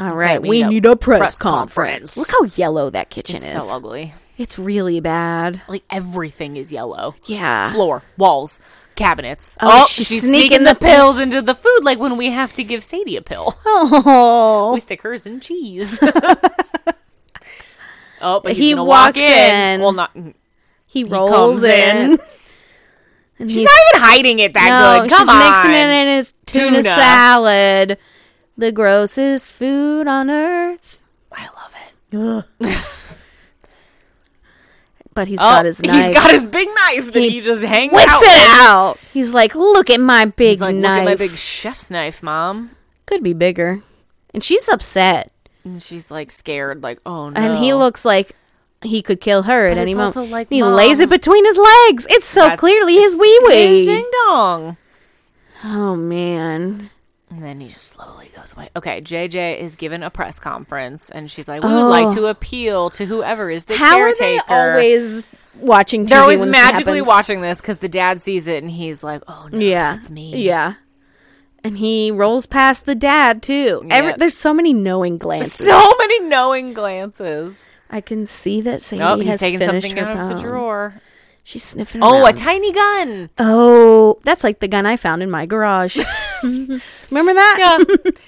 Speaker 2: All right,
Speaker 1: we
Speaker 2: we,
Speaker 1: need a
Speaker 2: need a press,
Speaker 1: press
Speaker 2: conference.
Speaker 1: conference.
Speaker 2: Look how yellow that kitchen
Speaker 1: it's
Speaker 2: is.
Speaker 1: so ugly.
Speaker 2: it's really bad.
Speaker 1: Like everything is yellow.
Speaker 2: Yeah.
Speaker 1: Floor, walls, cabinets.
Speaker 2: Oh, she's sneaking
Speaker 1: the
Speaker 2: the
Speaker 1: pills into the food like when we have to give Sadie a pill.
Speaker 2: Oh.
Speaker 1: we stick hers in cheese. oh, but he's
Speaker 2: He
Speaker 1: gonna walk
Speaker 2: walks
Speaker 1: in.
Speaker 2: in.
Speaker 1: Well, not he's
Speaker 2: He
Speaker 1: comes
Speaker 2: rolls in.
Speaker 1: in.
Speaker 2: And
Speaker 1: not
Speaker 2: he's
Speaker 1: even hiding it that good. Come
Speaker 2: she's
Speaker 1: on,
Speaker 2: mixing it in his tuna,
Speaker 1: Tuna.
Speaker 2: salad. The grossest food on earth.
Speaker 1: I love it.
Speaker 2: But he's
Speaker 1: Oh,
Speaker 2: got his knife.
Speaker 1: He's got his big knife that he,
Speaker 2: He
Speaker 1: just hangs
Speaker 2: whips
Speaker 1: out.
Speaker 2: it
Speaker 1: with.
Speaker 2: out. He's like, look at my big
Speaker 1: He's like,
Speaker 2: knife.
Speaker 1: look at my big chef's knife, mom.
Speaker 2: Could be bigger. And she's upset.
Speaker 1: And she's like scared, like, oh no.
Speaker 2: And he looks like he could kill her at
Speaker 1: But
Speaker 2: any
Speaker 1: it's
Speaker 2: moment.
Speaker 1: also like,
Speaker 2: And he lays
Speaker 1: Mom,
Speaker 2: it between his legs. It's so
Speaker 1: That's-
Speaker 2: clearly his
Speaker 1: it's
Speaker 2: wee
Speaker 1: his
Speaker 2: wee.
Speaker 1: Ding dong.
Speaker 2: Oh man.
Speaker 1: And then he just slowly goes away. Okay, JJ is given a press conference, and she's like, "We would like
Speaker 2: Oh.
Speaker 1: to appeal to whoever is the
Speaker 2: How are they
Speaker 1: caretaker."
Speaker 2: always watching TV
Speaker 1: They're always
Speaker 2: when this
Speaker 1: magically
Speaker 2: happens?
Speaker 1: watching this because the dad sees it, and he's like, "Oh no,
Speaker 2: Yeah.
Speaker 1: that's me."
Speaker 2: Yeah. And he rolls past the dad too. Every,
Speaker 1: Yeah.
Speaker 2: There's so many knowing glances.
Speaker 1: So many knowing glances.
Speaker 2: I can see that Sadie
Speaker 1: Oh, he's
Speaker 2: has
Speaker 1: taking
Speaker 2: finished
Speaker 1: something
Speaker 2: her
Speaker 1: out of the
Speaker 2: bone.
Speaker 1: drawer.
Speaker 2: She's sniffing.
Speaker 1: Oh, a
Speaker 2: around.
Speaker 1: tiny gun.
Speaker 2: oh, that's like the gun I found in my garage. Remember that?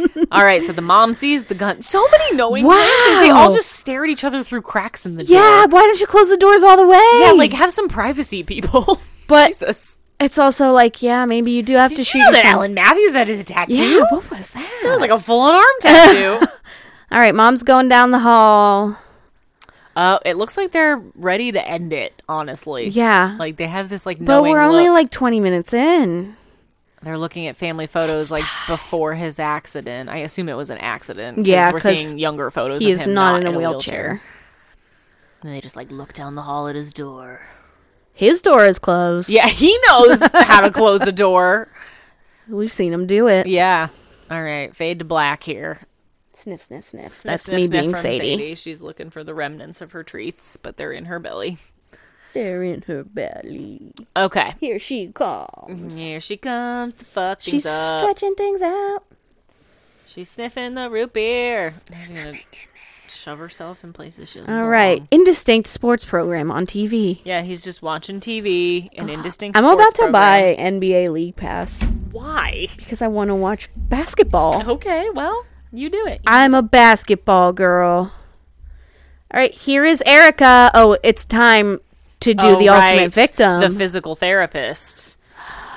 Speaker 1: Yeah. all right. So the mom sees the gun. So many knowing. glances. They all
Speaker 2: Wow.
Speaker 1: just stare at each other through cracks in the
Speaker 2: Yeah,
Speaker 1: door.
Speaker 2: Why don't you close the doors all the way?
Speaker 1: Yeah. Like have some privacy, people.
Speaker 2: But-
Speaker 1: Jesus.
Speaker 2: it's also like, yeah, maybe you do have to
Speaker 1: Did
Speaker 2: shoot
Speaker 1: you know that
Speaker 2: yourself.
Speaker 1: Alan Matthews had his tattoo?
Speaker 2: Yeah, what was that?
Speaker 1: That was like a full on arm tattoo.
Speaker 2: all right, mom's going down the hall.
Speaker 1: uh, it looks like they're ready to end it. Honestly.
Speaker 2: Yeah,
Speaker 1: Like they have this like
Speaker 2: but
Speaker 1: knowing
Speaker 2: we're only
Speaker 1: look.
Speaker 2: like 20 minutes in.
Speaker 1: They're looking at family photos like before his accident. I assume it was an accident.
Speaker 2: Yeah,
Speaker 1: we're
Speaker 2: 'cause
Speaker 1: seeing younger photos.
Speaker 2: He
Speaker 1: of
Speaker 2: is
Speaker 1: him
Speaker 2: not, in a wheelchair.
Speaker 1: And they just like look down the hall at his door.
Speaker 2: His door is closed.
Speaker 1: Yeah, he knows how to close a door.
Speaker 2: We've seen him do it.
Speaker 1: Yeah. All right. Fade to black here.
Speaker 2: Sniff, sniff, sniff.
Speaker 1: Sniff,
Speaker 2: That's
Speaker 1: sniff,
Speaker 2: me
Speaker 1: sniff
Speaker 2: being
Speaker 1: from
Speaker 2: Sadie.
Speaker 1: She's looking for the remnants of her treats, but they're in her belly.
Speaker 2: They're in her belly.
Speaker 1: Okay.
Speaker 2: Here she comes.
Speaker 1: Here she comes to fuck things
Speaker 2: She's
Speaker 1: up.
Speaker 2: stretching things out.
Speaker 1: She's sniffing the root beer. There's nothing in there. shove herself in places she doesn't
Speaker 2: All
Speaker 1: belong.
Speaker 2: right, indistinct sports program on TV.
Speaker 1: Yeah, he's just watching TV and indistinct.
Speaker 2: I'm
Speaker 1: sports
Speaker 2: about to
Speaker 1: program.
Speaker 2: buy NBA League Pass
Speaker 1: Why?
Speaker 2: because I want to watch basketball.
Speaker 1: Okay, well, you do it.
Speaker 2: I'm a basketball girl. All right, here is Erica. Oh, it's time to do
Speaker 1: Oh,
Speaker 2: the
Speaker 1: right,
Speaker 2: ultimate victim.
Speaker 1: the physical therapist.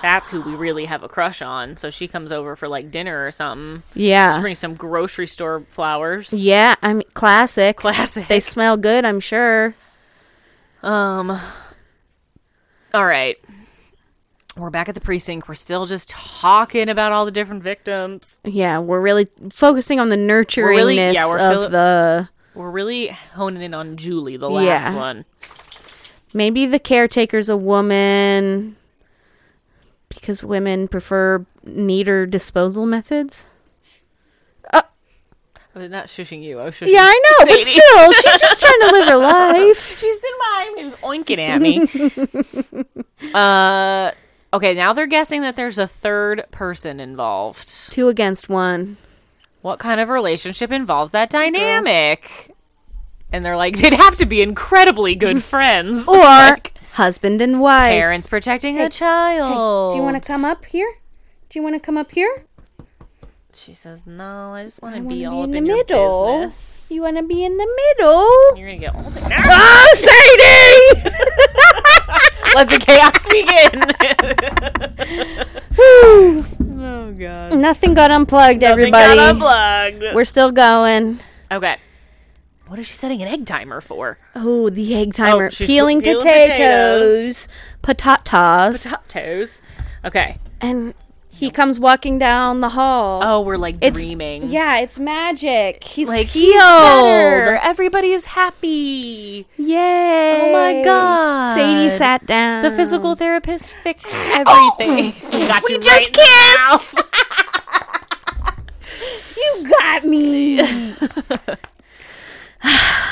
Speaker 1: That's who we really have a crush on. So she comes over for like dinner or something. She
Speaker 2: yeah.
Speaker 1: brings some grocery store flowers.
Speaker 2: Uh-huh. Yeah, I mean classic.
Speaker 1: Classic.
Speaker 2: They smell good, I'm sure.
Speaker 1: Um. All right. We're back at the precinct. We're still just talking about all the different victims.
Speaker 2: Yeah, we're really focusing on the nurturingness
Speaker 1: really- yeah, we're
Speaker 2: of
Speaker 1: fili-
Speaker 2: the
Speaker 1: We're really honing in on Julie, the last
Speaker 2: Yeah.
Speaker 1: one.
Speaker 2: maybe the caretaker's a woman because women prefer neater disposal methods.
Speaker 1: I was not shushing you. I was shushing
Speaker 2: Yeah, I know, but
Speaker 1: Sadie.
Speaker 2: still, she's just trying to live her life.
Speaker 1: She's in my she's oinking at me. uh okay, now they're guessing that there's a third person involved.
Speaker 2: Two against one.
Speaker 1: What kind of relationship involves that dynamic? And they're like, they'd have to be incredibly good friends.
Speaker 2: Or
Speaker 1: Like,
Speaker 2: husband and wife.
Speaker 1: parents protecting a
Speaker 2: Hey,
Speaker 1: child.
Speaker 2: do you want to come up here? Do you want to come up here?
Speaker 1: She says, No, I just want to
Speaker 2: wanna
Speaker 1: be
Speaker 2: be
Speaker 1: all
Speaker 2: in
Speaker 1: up
Speaker 2: the
Speaker 1: in
Speaker 2: middle."
Speaker 1: your business.
Speaker 2: You want to be in the middle?
Speaker 1: You're gonna get all taken
Speaker 2: Oh, Sadie!
Speaker 1: Let the chaos begin.
Speaker 2: Whew.
Speaker 1: oh god.
Speaker 2: Nothing got unplugged,
Speaker 1: They
Speaker 2: everybody.
Speaker 1: got unplugged.
Speaker 2: We're still going.
Speaker 1: Okay. What is she setting an egg timer for?
Speaker 2: Oh, the egg timer.
Speaker 1: she's
Speaker 2: peeling,
Speaker 1: peeling
Speaker 2: potatoes. Patatas.
Speaker 1: Top toes. Okay.
Speaker 2: and he comes walking down the hall.
Speaker 1: Oh, we're like
Speaker 2: It's-
Speaker 1: dreaming.
Speaker 2: Yeah, it's magic. He's
Speaker 1: Like
Speaker 2: healed.
Speaker 1: better. Everybody is happy.
Speaker 2: Yay.
Speaker 1: Oh my god.
Speaker 2: Sadie sat down.
Speaker 1: The physical therapist fixed everything. Mm. Oh! Got
Speaker 2: We
Speaker 1: you
Speaker 2: just
Speaker 1: right in
Speaker 2: kissed.
Speaker 1: the mouth.
Speaker 2: You got me.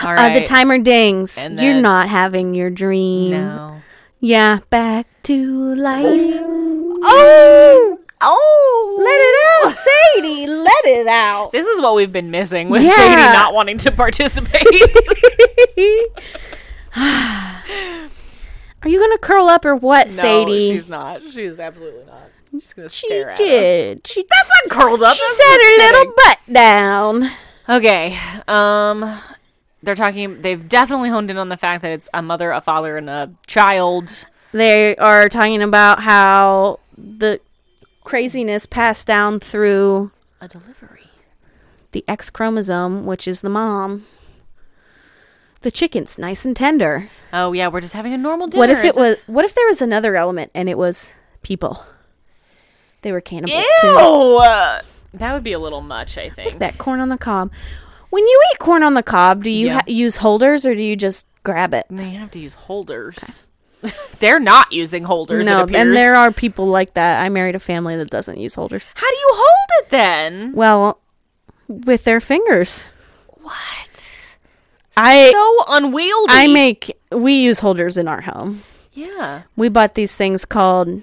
Speaker 1: All
Speaker 2: Uh,
Speaker 1: right.
Speaker 2: the timer dings.
Speaker 1: And
Speaker 2: You're
Speaker 1: then-
Speaker 2: not having your dream.
Speaker 1: No.
Speaker 2: Yeah, back to life. Oh, oh, let it out, Sadie. Let it out.
Speaker 1: This is what we've been missing with
Speaker 2: Yeah.
Speaker 1: Sadie not wanting to participate.
Speaker 2: Are you gonna curl up or what,
Speaker 1: No,
Speaker 2: Sadie?
Speaker 1: she's not. She's absolutely not. She's gonna
Speaker 2: she
Speaker 1: stare at us.
Speaker 2: did. She that's
Speaker 1: Not curled up.
Speaker 2: she
Speaker 1: I'm
Speaker 2: set
Speaker 1: just
Speaker 2: her
Speaker 1: sitting.
Speaker 2: little butt down.
Speaker 1: Okay. Um they're talking they've definitely honed in on the fact that it's a mother, a father, and a child.
Speaker 2: They are talking about how the craziness passed down through
Speaker 1: A delivery.
Speaker 2: the X chromosome, which is the mom. The chicken's nice and tender.
Speaker 1: Oh yeah, we're just having a normal dinner.
Speaker 2: what if it
Speaker 1: isn't-
Speaker 2: was? What if there was another element and it was people? They were cannibals too.
Speaker 1: Ew! Uh, That would be a little much, I think.
Speaker 2: That corn on the cob. When you eat corn on the cob, do you
Speaker 1: Yeah.
Speaker 2: ha- use holders or do you just grab it?
Speaker 1: No, you have to use holders. they're not using holders.
Speaker 2: no,
Speaker 1: it appears.
Speaker 2: and there are people like that. I married a family that doesn't use holders.
Speaker 1: How do you hold it then?
Speaker 2: Well, with their fingers.
Speaker 1: What?
Speaker 2: I
Speaker 1: So unwieldy.
Speaker 2: I make we use holders in our home.
Speaker 1: Yeah.
Speaker 2: We bought these things called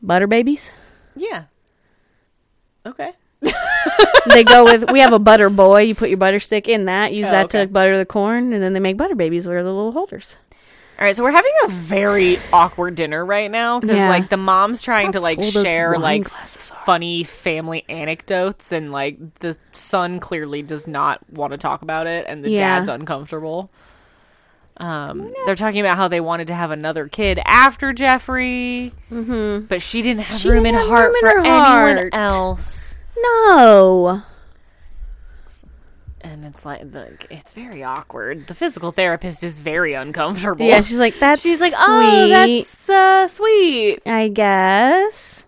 Speaker 2: butter babies.
Speaker 1: Yeah. Okay.
Speaker 2: they go with we have a butter boy. You put your butter stick in that, use
Speaker 1: Oh,
Speaker 2: that
Speaker 1: okay.
Speaker 2: to butter the corn, and then they make butter babies where the little holders.
Speaker 1: All right, so we're having a very awkward dinner right now because
Speaker 2: Yeah.
Speaker 1: like the mom's trying to like
Speaker 2: full those
Speaker 1: share
Speaker 2: wine
Speaker 1: like
Speaker 2: glasses
Speaker 1: funny family anecdotes, and like the son clearly does not want to talk about it, and the
Speaker 2: Yeah.
Speaker 1: dad's uncomfortable. Um, they're talking about how they wanted to have another kid after Jeffrey, mm-hmm. but she didn't have room
Speaker 2: didn't
Speaker 1: in
Speaker 2: have
Speaker 1: heart
Speaker 2: room in
Speaker 1: for
Speaker 2: her
Speaker 1: anyone
Speaker 2: heart.
Speaker 1: else,
Speaker 2: No.
Speaker 1: and it's like look, it's very awkward. The physical therapist is very uncomfortable.
Speaker 2: Yeah, she's like that's
Speaker 1: she's like,
Speaker 2: sweet,
Speaker 1: oh, that's uh, sweet.
Speaker 2: I guess.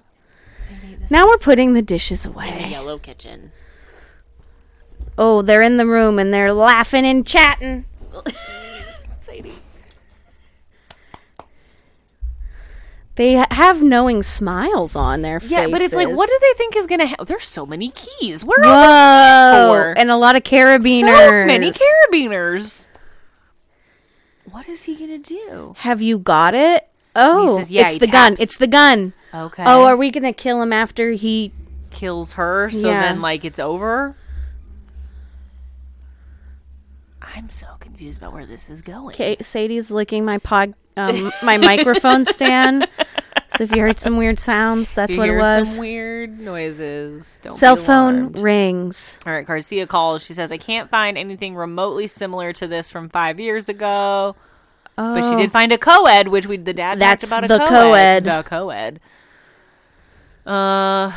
Speaker 2: Now we're putting the dishes away.
Speaker 1: Yellow Kitchen.
Speaker 2: Oh, they're in the room and they're laughing and chatting.
Speaker 1: Sadie.
Speaker 2: They ha- have knowing smiles on their faces.
Speaker 1: Yeah, but it's like, what do they think is gonna? Ha- There's so many keys. Where are
Speaker 2: Whoa!
Speaker 1: for?
Speaker 2: And a lot of carabiners.
Speaker 1: so many carabiners? What is he gonna do?
Speaker 2: Have you got it? Oh,
Speaker 1: says, yeah,
Speaker 2: it's
Speaker 1: he
Speaker 2: the gun.
Speaker 1: taps.
Speaker 2: It's the gun.
Speaker 1: Okay.
Speaker 2: Oh, are we gonna kill him after he?
Speaker 1: kills her, so
Speaker 2: Yeah.
Speaker 1: then like it's over. I'm so confused about where this is going.
Speaker 2: Kate, Sadie's licking my pod, um, my microphone stand. So if you heard some weird sounds, that's
Speaker 1: you
Speaker 2: what
Speaker 1: hear
Speaker 2: it was.
Speaker 1: some weird noises. Don't
Speaker 2: Cell
Speaker 1: be
Speaker 2: phone
Speaker 1: alarmed.
Speaker 2: rings.
Speaker 1: All right, Garcia calls. She says, I can't find anything remotely similar to this from five years ago. But she did find a co ed, which we the dad
Speaker 2: Oh. That's
Speaker 1: talked about a
Speaker 2: the co-ed.
Speaker 1: co-ed. The co ed. Uh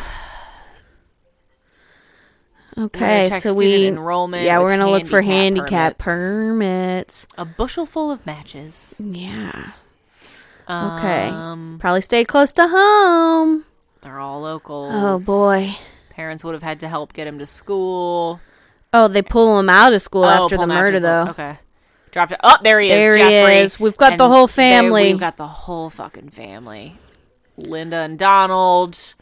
Speaker 2: Oh, Okay,
Speaker 1: check
Speaker 2: so
Speaker 1: student
Speaker 2: we
Speaker 1: enrollment
Speaker 2: Yeah,
Speaker 1: with
Speaker 2: we're gonna look for handicap
Speaker 1: handicap
Speaker 2: permits.
Speaker 1: a bushel full of matches.
Speaker 2: Yeah. Okay.
Speaker 1: Um
Speaker 2: Probably stayed close to home.
Speaker 1: they're all locals.
Speaker 2: Oh boy.
Speaker 1: Parents would have had to help get him to school.
Speaker 2: Oh, they pull him out of school
Speaker 1: Oh,
Speaker 2: after
Speaker 1: pull
Speaker 2: the
Speaker 1: him
Speaker 2: murder,
Speaker 1: his-
Speaker 2: though.
Speaker 1: Okay. Dropped it. Oh, there he is.
Speaker 2: There he
Speaker 1: Jeffrey.
Speaker 2: is. We've got the whole
Speaker 1: they-
Speaker 2: family.
Speaker 1: we've got the whole fucking family. Linda and Donald.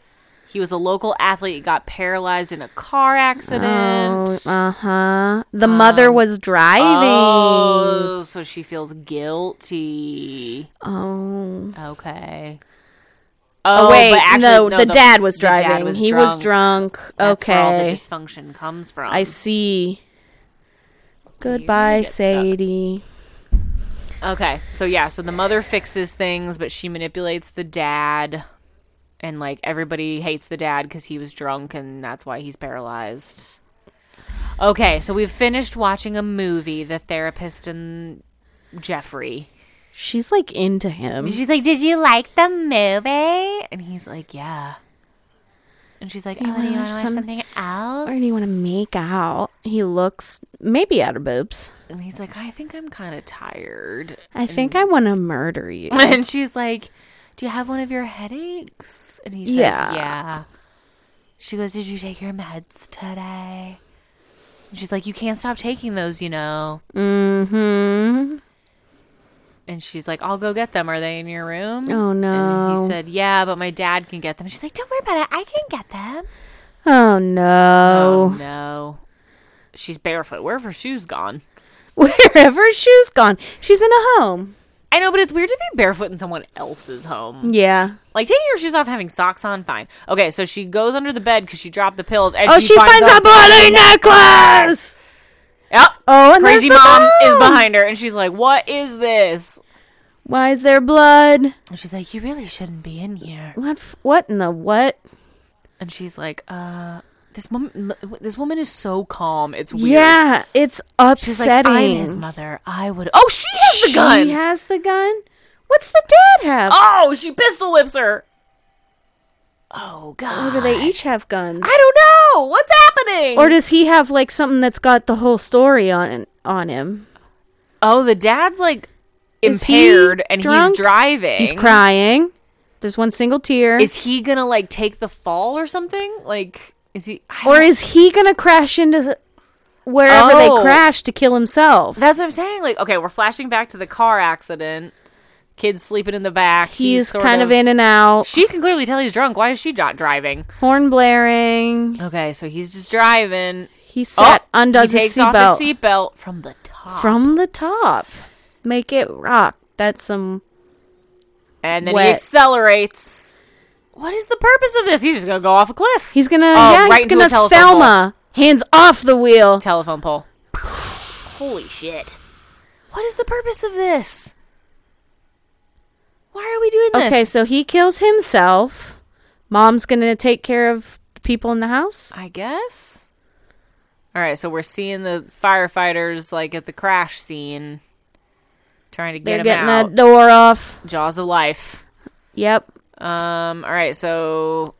Speaker 1: He was a local athlete. Got paralyzed in a car accident.
Speaker 2: Oh, uh huh. The mother was driving. Oh.
Speaker 1: Um, Oh, so she feels guilty. Okay.
Speaker 2: Oh, wait,
Speaker 1: but actually-
Speaker 2: no, the, dad was
Speaker 1: the dad
Speaker 2: driving.
Speaker 1: was
Speaker 2: he was drunk.
Speaker 1: That's
Speaker 2: okay.
Speaker 1: where all the dysfunction comes from.
Speaker 2: I see. Goodbye,
Speaker 1: get stuck.
Speaker 2: Sadie.
Speaker 1: Okay. So yeah, so the mother fixes things, but she manipulates the dad and like everybody hates the dad cuz he was drunk and that's why he's paralyzed. Okay, so we've finished watching a movie, The Therapist and Jeffrey.
Speaker 2: She's like into him.
Speaker 1: She's like, "Did you like the movie?" And he's like, "Yeah." And she's like, "Oh, do you want to watch
Speaker 2: some-
Speaker 1: something else?"
Speaker 2: Or do you want to make out? He looks maybe out of boobs.
Speaker 1: And he's like, "I think I'm kind of tired."
Speaker 2: I think I want to murder you.
Speaker 1: And she's like, Do you have one of your headaches? And he says, Yeah.
Speaker 2: Yeah.
Speaker 1: She goes, Did you take your meds today? And she's like, You can't stop taking those, you know.
Speaker 2: Mm-hmm.
Speaker 1: And she's like, I'll go get them. Are they in your room?
Speaker 2: Oh,
Speaker 1: And he
Speaker 2: no.
Speaker 1: said, Yeah, but my dad can get them. She's like, Don't worry about it. I can get them.
Speaker 2: Oh no.
Speaker 1: Um, no. She's barefoot. Where have her shoes gone?
Speaker 2: Wherever she's gone, she's in a home.
Speaker 1: I know, but it's weird to be barefoot in someone else's home.
Speaker 2: Yeah.
Speaker 1: Like taking her shoes off, having socks on, fine. Okay, so she goes under the bed because she dropped the pills, and
Speaker 2: Oh, she, finds a bloody necklace.
Speaker 1: Yep.
Speaker 2: Oh, and
Speaker 1: Crazy
Speaker 2: there's the
Speaker 1: mom is
Speaker 2: mom.
Speaker 1: behind her, and she's like, "What is this?"
Speaker 2: Why is there blood?
Speaker 1: And she's like, "You really shouldn't be in here."
Speaker 2: What? F- what in the what?
Speaker 1: And she's like, "Uh, this woman, this woman is so calm. It's weird."
Speaker 2: Yeah, it's upsetting.
Speaker 1: She's like, "I'm his mother. I would." Oh, she has the gun.
Speaker 2: She has the gun. What's the dad have?
Speaker 1: oh, she pistol whips her. Oh God.
Speaker 2: Or do they each have guns?
Speaker 1: I don't know what's happening.
Speaker 2: Or does he have like something that's got the whole story on on him?
Speaker 1: oh, the dad's like
Speaker 2: Is he
Speaker 1: impaired, and
Speaker 2: drunk?
Speaker 1: he's driving.
Speaker 2: He's crying. There's one single tear.
Speaker 1: Is he gonna like take the fall or something? Like, is he? I
Speaker 2: or
Speaker 1: don't-
Speaker 2: is he gonna crash into s- wherever
Speaker 1: Oh.
Speaker 2: they crash to kill himself?
Speaker 1: that's what I'm saying? Like, okay, we're flashing back to the car accident. Kids sleeping in the back.
Speaker 2: he's
Speaker 1: sort
Speaker 2: kind of, in and out,
Speaker 1: She can clearly tell he's drunk. Why is she not driving?
Speaker 2: horn blaring.
Speaker 1: Okay, so he's just driving.
Speaker 2: He sat undoes
Speaker 1: Oh, he
Speaker 2: his
Speaker 1: takes off his
Speaker 2: seatbelt
Speaker 1: seatbelt from the top,
Speaker 2: from the top. Make it rock. That's some.
Speaker 1: and then he
Speaker 2: wet.
Speaker 1: accelerates. What is the purpose of this? He's just gonna go off a cliff.
Speaker 2: He's gonna.
Speaker 1: Oh,
Speaker 2: yeah,
Speaker 1: right
Speaker 2: he's
Speaker 1: into a
Speaker 2: gonna
Speaker 1: telephone pole.
Speaker 2: Thelma. Hands off the wheel.
Speaker 1: telephone pole. Holy shit! What is the purpose of this? Why are we doing this?
Speaker 2: Okay, so he kills himself. Mom's gonna take care of the people in the house.
Speaker 1: I guess. All right, so we're seeing the firefighters like at the crash scene, trying to
Speaker 2: They're
Speaker 1: get
Speaker 2: getting
Speaker 1: him out.
Speaker 2: the door off.
Speaker 1: Jaws of life.
Speaker 2: Yep.
Speaker 1: Um. All right, so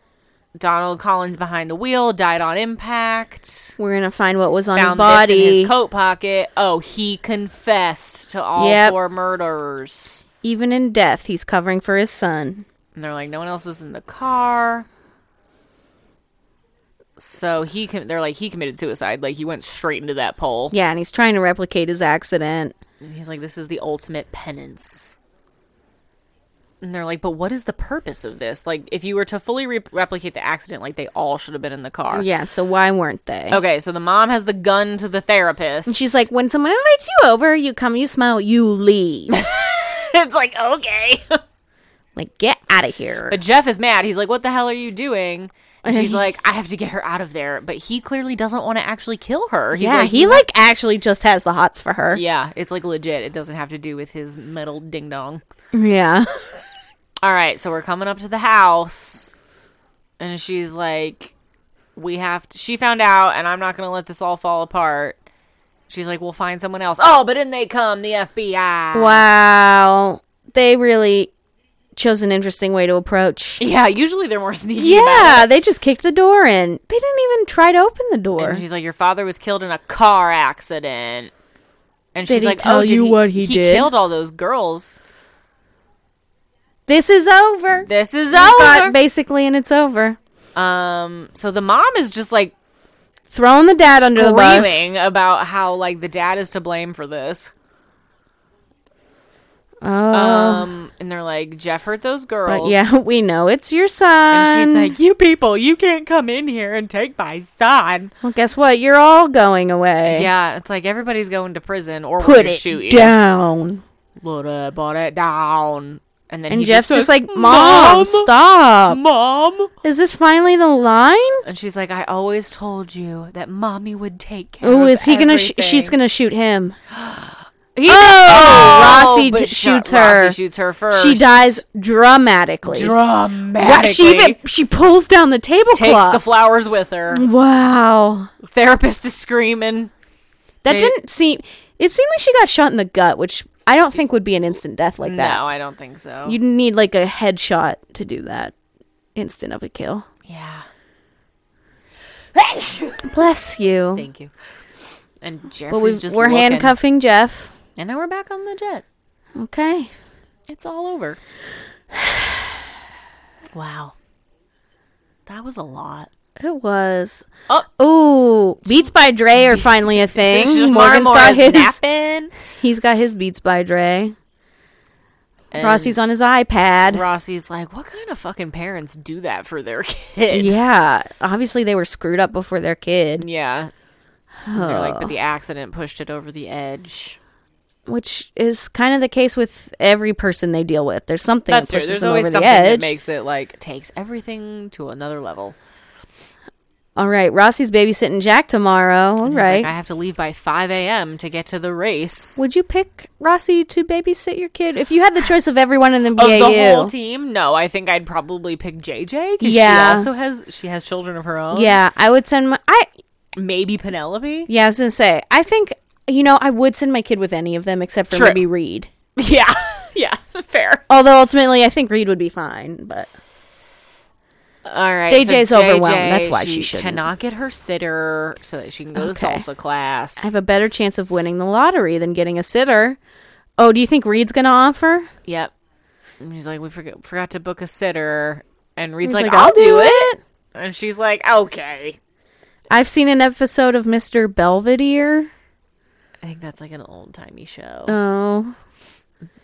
Speaker 1: Donald Collins behind the wheel died on impact.
Speaker 2: We're gonna find what was on his
Speaker 1: Found
Speaker 2: body.
Speaker 1: this in his coat pocket. Oh, he confessed to all
Speaker 2: Yep.
Speaker 1: four murders.
Speaker 2: Even in death, he's covering for his son.
Speaker 1: And they're like, no one else is in the car. So he can. They're like, he committed suicide. Like he went straight into that pole.
Speaker 2: Yeah, and he's trying to replicate his accident.
Speaker 1: And he's like, this is the ultimate penance. And they're like, but what is the purpose of this? Like, if you were to fully re- replicate the accident, like they all should have been in the car.
Speaker 2: Yeah, so why weren't they?
Speaker 1: Okay, so the mom has the gun to the therapist.
Speaker 2: And she's like, when someone invites you over, you come, you smile, you leave.
Speaker 1: it's like, okay.
Speaker 2: like, get out of here.
Speaker 1: but Jeff is mad. He's like, what the hell are you doing? And she's like, I have to get her out of there. But he clearly doesn't want to actually kill her. He's
Speaker 2: yeah,
Speaker 1: like,
Speaker 2: he like actually just has the hots for her.
Speaker 1: yeah, it's like legit. It doesn't have to do with his metal ding dong.
Speaker 2: Yeah.
Speaker 1: All right, so we're coming up to the house, and she's like, "We have." To, she found out, and I'm not going to let this all fall apart. She's like, "We'll find someone else." Oh, but in they come, the FBI.
Speaker 2: Wow. They really chose an interesting way to approach.
Speaker 1: Yeah, usually they're more sneaky. about it.
Speaker 2: Yeah, they just kicked the door in. They didn't even try to open the door.
Speaker 1: And she's like, "Your father was killed in a car accident." And she's
Speaker 2: he
Speaker 1: like,
Speaker 2: tell
Speaker 1: "Oh, did
Speaker 2: you
Speaker 1: he,
Speaker 2: what he did?"
Speaker 1: killed all those girls.
Speaker 2: this is over.
Speaker 1: This is
Speaker 2: He thought
Speaker 1: over."
Speaker 2: basically, and it's over.
Speaker 1: um, so the mom is just like
Speaker 2: Throwing the dad under the bus.
Speaker 1: screaming about how like the dad is to blame for this.
Speaker 2: Oh,
Speaker 1: Um, and they're like, "Jeff hurt those girls."
Speaker 2: but yeah, we know it's your son.
Speaker 1: And she's like, "You people, you can't come in here and take my son."
Speaker 2: well, guess what? You're all going away.
Speaker 1: Yeah, it's like everybody's going to prison or we're
Speaker 2: Put
Speaker 1: gonna
Speaker 2: it
Speaker 1: shoot you.
Speaker 2: down.
Speaker 1: Put it, put it down. And then
Speaker 2: And
Speaker 1: he
Speaker 2: Jeff's just,
Speaker 1: says,
Speaker 2: like, Mom, stop.
Speaker 1: mom."
Speaker 2: Is this finally the line?
Speaker 1: And she's like, "I always told you that mommy would take care."
Speaker 2: Oh,
Speaker 1: of
Speaker 2: is he gonna? Sh- she's
Speaker 1: everything."
Speaker 2: gonna shoot him.
Speaker 1: He-
Speaker 2: Oh, Rossi
Speaker 1: but
Speaker 2: d-
Speaker 1: sh-
Speaker 2: shoots her.
Speaker 1: Rossi shoots her first.
Speaker 2: She dies dramatically. Wow,
Speaker 1: dramatically.
Speaker 2: She even she pulls down the
Speaker 1: takes
Speaker 2: tablecloth.
Speaker 1: the flowers with her.
Speaker 2: wow,
Speaker 1: Therapist is screaming.
Speaker 2: that
Speaker 1: They-
Speaker 2: didn't seem. It seemed like she got shot in the gut, which I don't think would be an instant death like that.
Speaker 1: No, I don't think so.
Speaker 2: You'd need like a headshot to do that. Instant of a kill.
Speaker 1: yeah.
Speaker 2: Bless you.
Speaker 1: Thank you. And Jeffrey's
Speaker 2: but we,
Speaker 1: just
Speaker 2: we're
Speaker 1: looking.
Speaker 2: handcuffing Jeff.
Speaker 1: and then we're back on the jet.
Speaker 2: Okay.
Speaker 1: It's all over. wow, that was a lot.
Speaker 2: It was.
Speaker 1: Oh,
Speaker 2: Ooh, Beats by Dre are finally a thing.
Speaker 1: this is
Speaker 2: Morgan's got his.
Speaker 1: napping.
Speaker 2: He's got his Beats by Dre.
Speaker 1: And
Speaker 2: Rossi's on his iPad.
Speaker 1: Rossi's like, what kind of fucking parents do that for their kid?
Speaker 2: Yeah, obviously they were screwed up before their kid,
Speaker 1: Yeah. And They're like, but the accident pushed it over the edge.
Speaker 2: which is kind of the case with every person they deal with. There's something
Speaker 1: That's
Speaker 2: that
Speaker 1: true.
Speaker 2: pushes
Speaker 1: There's
Speaker 2: them
Speaker 1: always
Speaker 2: over
Speaker 1: something
Speaker 2: the edge.
Speaker 1: that makes it like takes everything to another level.
Speaker 2: All right, Rossi's babysitting Jack tomorrow. All
Speaker 1: And he's like,
Speaker 2: right,
Speaker 1: I have to leave by 5 a.m. to get to the race.
Speaker 2: would you pick Rossi to babysit your kid if you had the choice of everyone in the
Speaker 1: Of the whole
Speaker 2: BAU?
Speaker 1: team, no, I think I'd probably pick JJ because
Speaker 2: Yeah.
Speaker 1: she also has she has children of her own.
Speaker 2: Yeah, I would send my. I
Speaker 1: maybe Penelope.
Speaker 2: yeah, I was gonna say. I think you know I would send my kid with any of them except for
Speaker 1: True.
Speaker 2: maybe Reed.
Speaker 1: Yeah, yeah, fair.
Speaker 2: Although ultimately, I think Reed would be fine, but.
Speaker 1: All right,
Speaker 2: JJ's overwhelmed. That's why she shouldn't.
Speaker 1: cannot get her sitter so that she can go to
Speaker 2: Okay.
Speaker 1: salsa class.
Speaker 2: I have a better chance of winning the lottery than getting a sitter. Oh, do you think Reed's going to offer?
Speaker 1: Yep. And she's like, we forgot forgot to book a sitter, and Reed's
Speaker 2: He's
Speaker 1: like, I'll, do it. and she's like, okay.
Speaker 2: I've seen an episode of Mr. Belvedere.
Speaker 1: I think that's like an old timey show,
Speaker 2: Oh,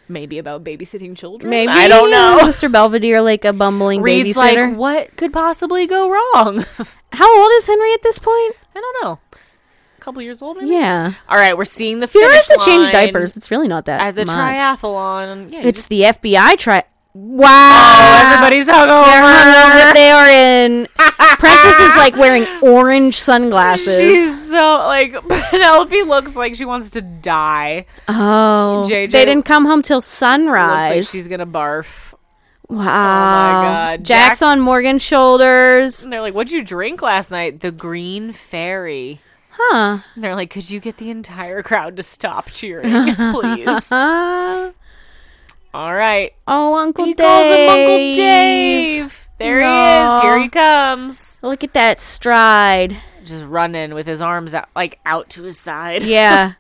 Speaker 1: maybe about babysitting children.
Speaker 2: maybe
Speaker 1: I don't
Speaker 2: uh,
Speaker 1: know.
Speaker 2: Mr. Belvedere, like a bumbling
Speaker 1: Reed's
Speaker 2: babysitter.
Speaker 1: like, what could possibly go wrong?
Speaker 2: How old is Henry at this point?
Speaker 1: I don't know. A couple years old, maybe.
Speaker 2: Yeah,
Speaker 1: All right, we're seeing the
Speaker 2: if you're
Speaker 1: finish
Speaker 2: to change
Speaker 1: line
Speaker 2: diapers, it's really not that
Speaker 1: at the
Speaker 2: much.
Speaker 1: triathlon. Yeah, you
Speaker 2: it's ah,
Speaker 1: just-
Speaker 2: the FBI tri. Wow,
Speaker 1: oh, everybody's hungover.
Speaker 2: Hungover. They are in. Prentice is like wearing orange sunglasses.
Speaker 1: She's so like Penelope looks like she wants to die.
Speaker 2: oh,
Speaker 1: JJ
Speaker 2: they didn't come home till
Speaker 1: Looks like
Speaker 2: sunrise.
Speaker 1: she's gonna barf.
Speaker 2: Wow.
Speaker 1: God.
Speaker 2: Jack's
Speaker 1: Jack-
Speaker 2: on Morgan's shoulders.
Speaker 1: And they're like, "What'd you drink last night?" The Green Fairy.
Speaker 2: Huh.
Speaker 1: And they're like, "Could you get the entire crowd to stop cheering, please?"
Speaker 2: Uh,
Speaker 1: All right.
Speaker 2: oh, Uncle
Speaker 1: He
Speaker 2: Dave.
Speaker 1: calls him Uncle Dave. There
Speaker 2: No.
Speaker 1: he is. Here he comes.
Speaker 2: Look at that stride.
Speaker 1: Just running with his arms out, like out to his side.
Speaker 2: Yeah.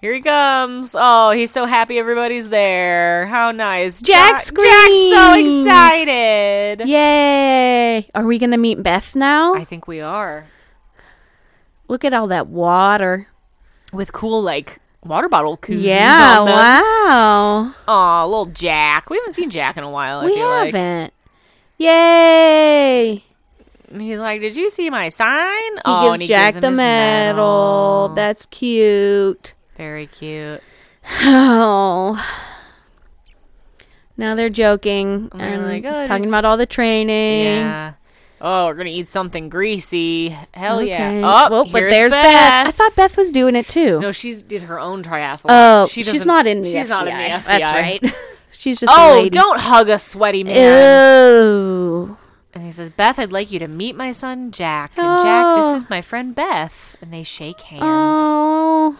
Speaker 1: Here he comes. Oh, he's so happy everybody's there. How nice.
Speaker 2: Jack
Speaker 1: Ja- Jack's so
Speaker 2: screams.
Speaker 1: excited.
Speaker 2: Yay. Are we going to meet Beth now?
Speaker 1: I think we are.
Speaker 2: Look at all that water.
Speaker 1: With cool, like, water bottle koozies
Speaker 2: yeah.
Speaker 1: on them.
Speaker 2: Wow.
Speaker 1: Aw, little Jack. We haven't seen Jack in a while. I
Speaker 2: we
Speaker 1: feel like.
Speaker 2: haven't. Yay. He
Speaker 1: And He's like, "Did you see my sign?" He oh,
Speaker 2: gives
Speaker 1: and he
Speaker 2: Jack
Speaker 1: gives him
Speaker 2: the
Speaker 1: his
Speaker 2: medal. That's cute.
Speaker 1: Very cute.
Speaker 2: Oh. Now they're joking
Speaker 1: they're
Speaker 2: and
Speaker 1: like,
Speaker 2: he's
Speaker 1: "Oh, did
Speaker 2: talking
Speaker 1: you-"
Speaker 2: about all the training.
Speaker 1: Yeah. Oh, we're gonna eat something greasy. Hell yeah!
Speaker 2: Okay.
Speaker 1: Oh,
Speaker 2: well, but
Speaker 1: here's
Speaker 2: there's Beth. I thought Beth was doing it too.
Speaker 1: no, she did her own triathlon.
Speaker 2: oh,
Speaker 1: She
Speaker 2: she's
Speaker 1: doesn't-
Speaker 2: not in the
Speaker 1: She's
Speaker 2: FBI.
Speaker 1: not in the FBI.
Speaker 2: That's right. she's just a
Speaker 1: Oh,
Speaker 2: lady.
Speaker 1: don't hug a sweaty man.
Speaker 2: Oh.
Speaker 1: And he says, Beth, I'd like you to meet my son Jack. And Jack,
Speaker 2: Oh.
Speaker 1: this is my friend Beth. And they shake hands.
Speaker 2: Oh.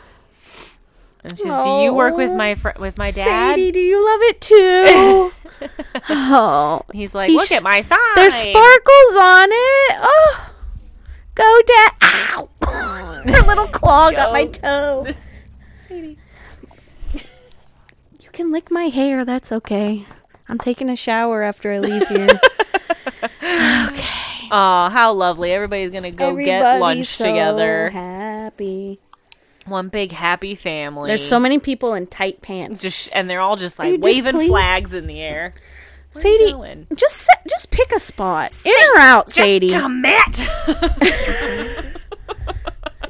Speaker 1: and she says, Do you work with my fr- with my dad?
Speaker 2: Sadie, do you love it too? oh.
Speaker 1: And He's like,
Speaker 2: He's-
Speaker 1: Look at my sign.
Speaker 2: There's sparkles on it. Oh. Go dad. Ow. Her little claw got my
Speaker 1: Go.
Speaker 2: toe. You can lick my hair. That's okay. I'm taking a shower after I leave here.
Speaker 1: Oh, how lovely. Everybody's going to go get
Speaker 2: Everybody's
Speaker 1: lunch
Speaker 2: so
Speaker 1: together.
Speaker 2: Happy.
Speaker 1: One big happy family.
Speaker 2: There's so many people in tight pants.
Speaker 1: Just, and they're all just
Speaker 2: you
Speaker 1: like
Speaker 2: just
Speaker 1: waving
Speaker 2: pleased?
Speaker 1: flags in the air. Where are you
Speaker 2: Sadie,
Speaker 1: going?
Speaker 2: just sit, just pick a spot, in or out, Sadie.
Speaker 1: Just commit.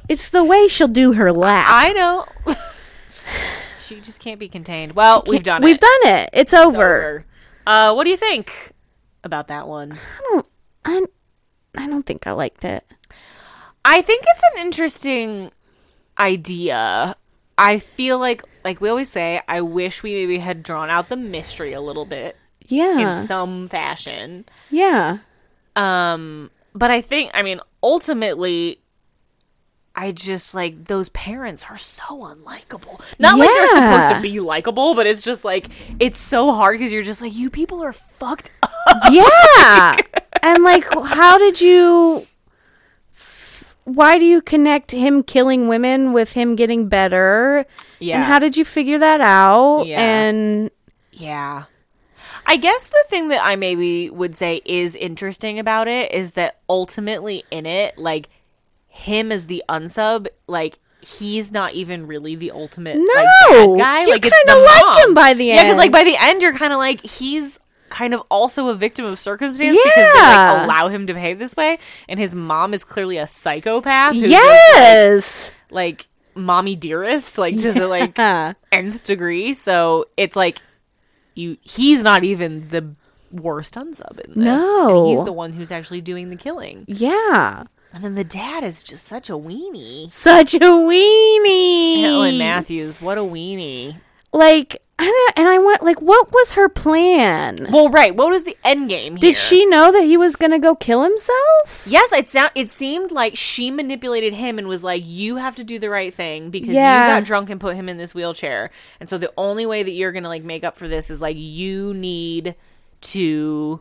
Speaker 2: It's the way she'll do her lap.
Speaker 1: I know. she just can't be contained. Well, we've done it.
Speaker 2: We've done it. It's over.
Speaker 1: over. Uh, what do you think about that one?
Speaker 2: I, I don't think I liked it.
Speaker 1: I think it's an interesting idea. I feel like, like we always say, I wish we maybe had drawn out the mystery a little bit in
Speaker 2: Yeah,
Speaker 1: some fashion.
Speaker 2: yeah.
Speaker 1: Um, but I think, I mean, ultimately, I just like those parents are so unlikable. Not like they're supposed
Speaker 2: Yeah.
Speaker 1: to be likable, but it's just like it's so hard because you're just like you people are fucked up.
Speaker 2: yeah and like how did you why do you connect him killing women with him getting better
Speaker 1: Yeah.
Speaker 2: and how did you figure that out
Speaker 1: Yeah.
Speaker 2: and
Speaker 1: Yeah. I guess the thing that I maybe would say is interesting about it is that ultimately in it, like him as the unsub, like he's not even really the ultimate like,
Speaker 2: No!
Speaker 1: bad guy.
Speaker 2: You
Speaker 1: like it's
Speaker 2: kinda
Speaker 1: the
Speaker 2: like
Speaker 1: mom.
Speaker 2: him by the
Speaker 1: Yeah, because like
Speaker 2: end.
Speaker 1: by the end you're kind of like he's kind of also a victim of circumstance because they
Speaker 2: Yeah.
Speaker 1: like allow him to behave this way, and his mom is clearly a psychopath. who's just,
Speaker 2: yes
Speaker 1: like mommy dearest, like to the like
Speaker 2: Uh,
Speaker 1: nth degree. So it's like you he's not even the worst unsub in this.
Speaker 2: No.
Speaker 1: And he's the one who's actually doing the killing.
Speaker 2: yeah
Speaker 1: And then the dad is just such a weenie.
Speaker 2: such a weenie
Speaker 1: Helen Matthews, what a weenie.
Speaker 2: like I don't, and i went like what was her plan
Speaker 1: Well, right. What was the end game?
Speaker 2: did she know that he was gonna go kill himself
Speaker 1: Yes, it sound it seemed like she manipulated him and was like, "You have to do the right thing because
Speaker 2: Yeah.
Speaker 1: you got drunk and put him in this wheelchair, and so the only way that you're gonna like make up for this is like you need to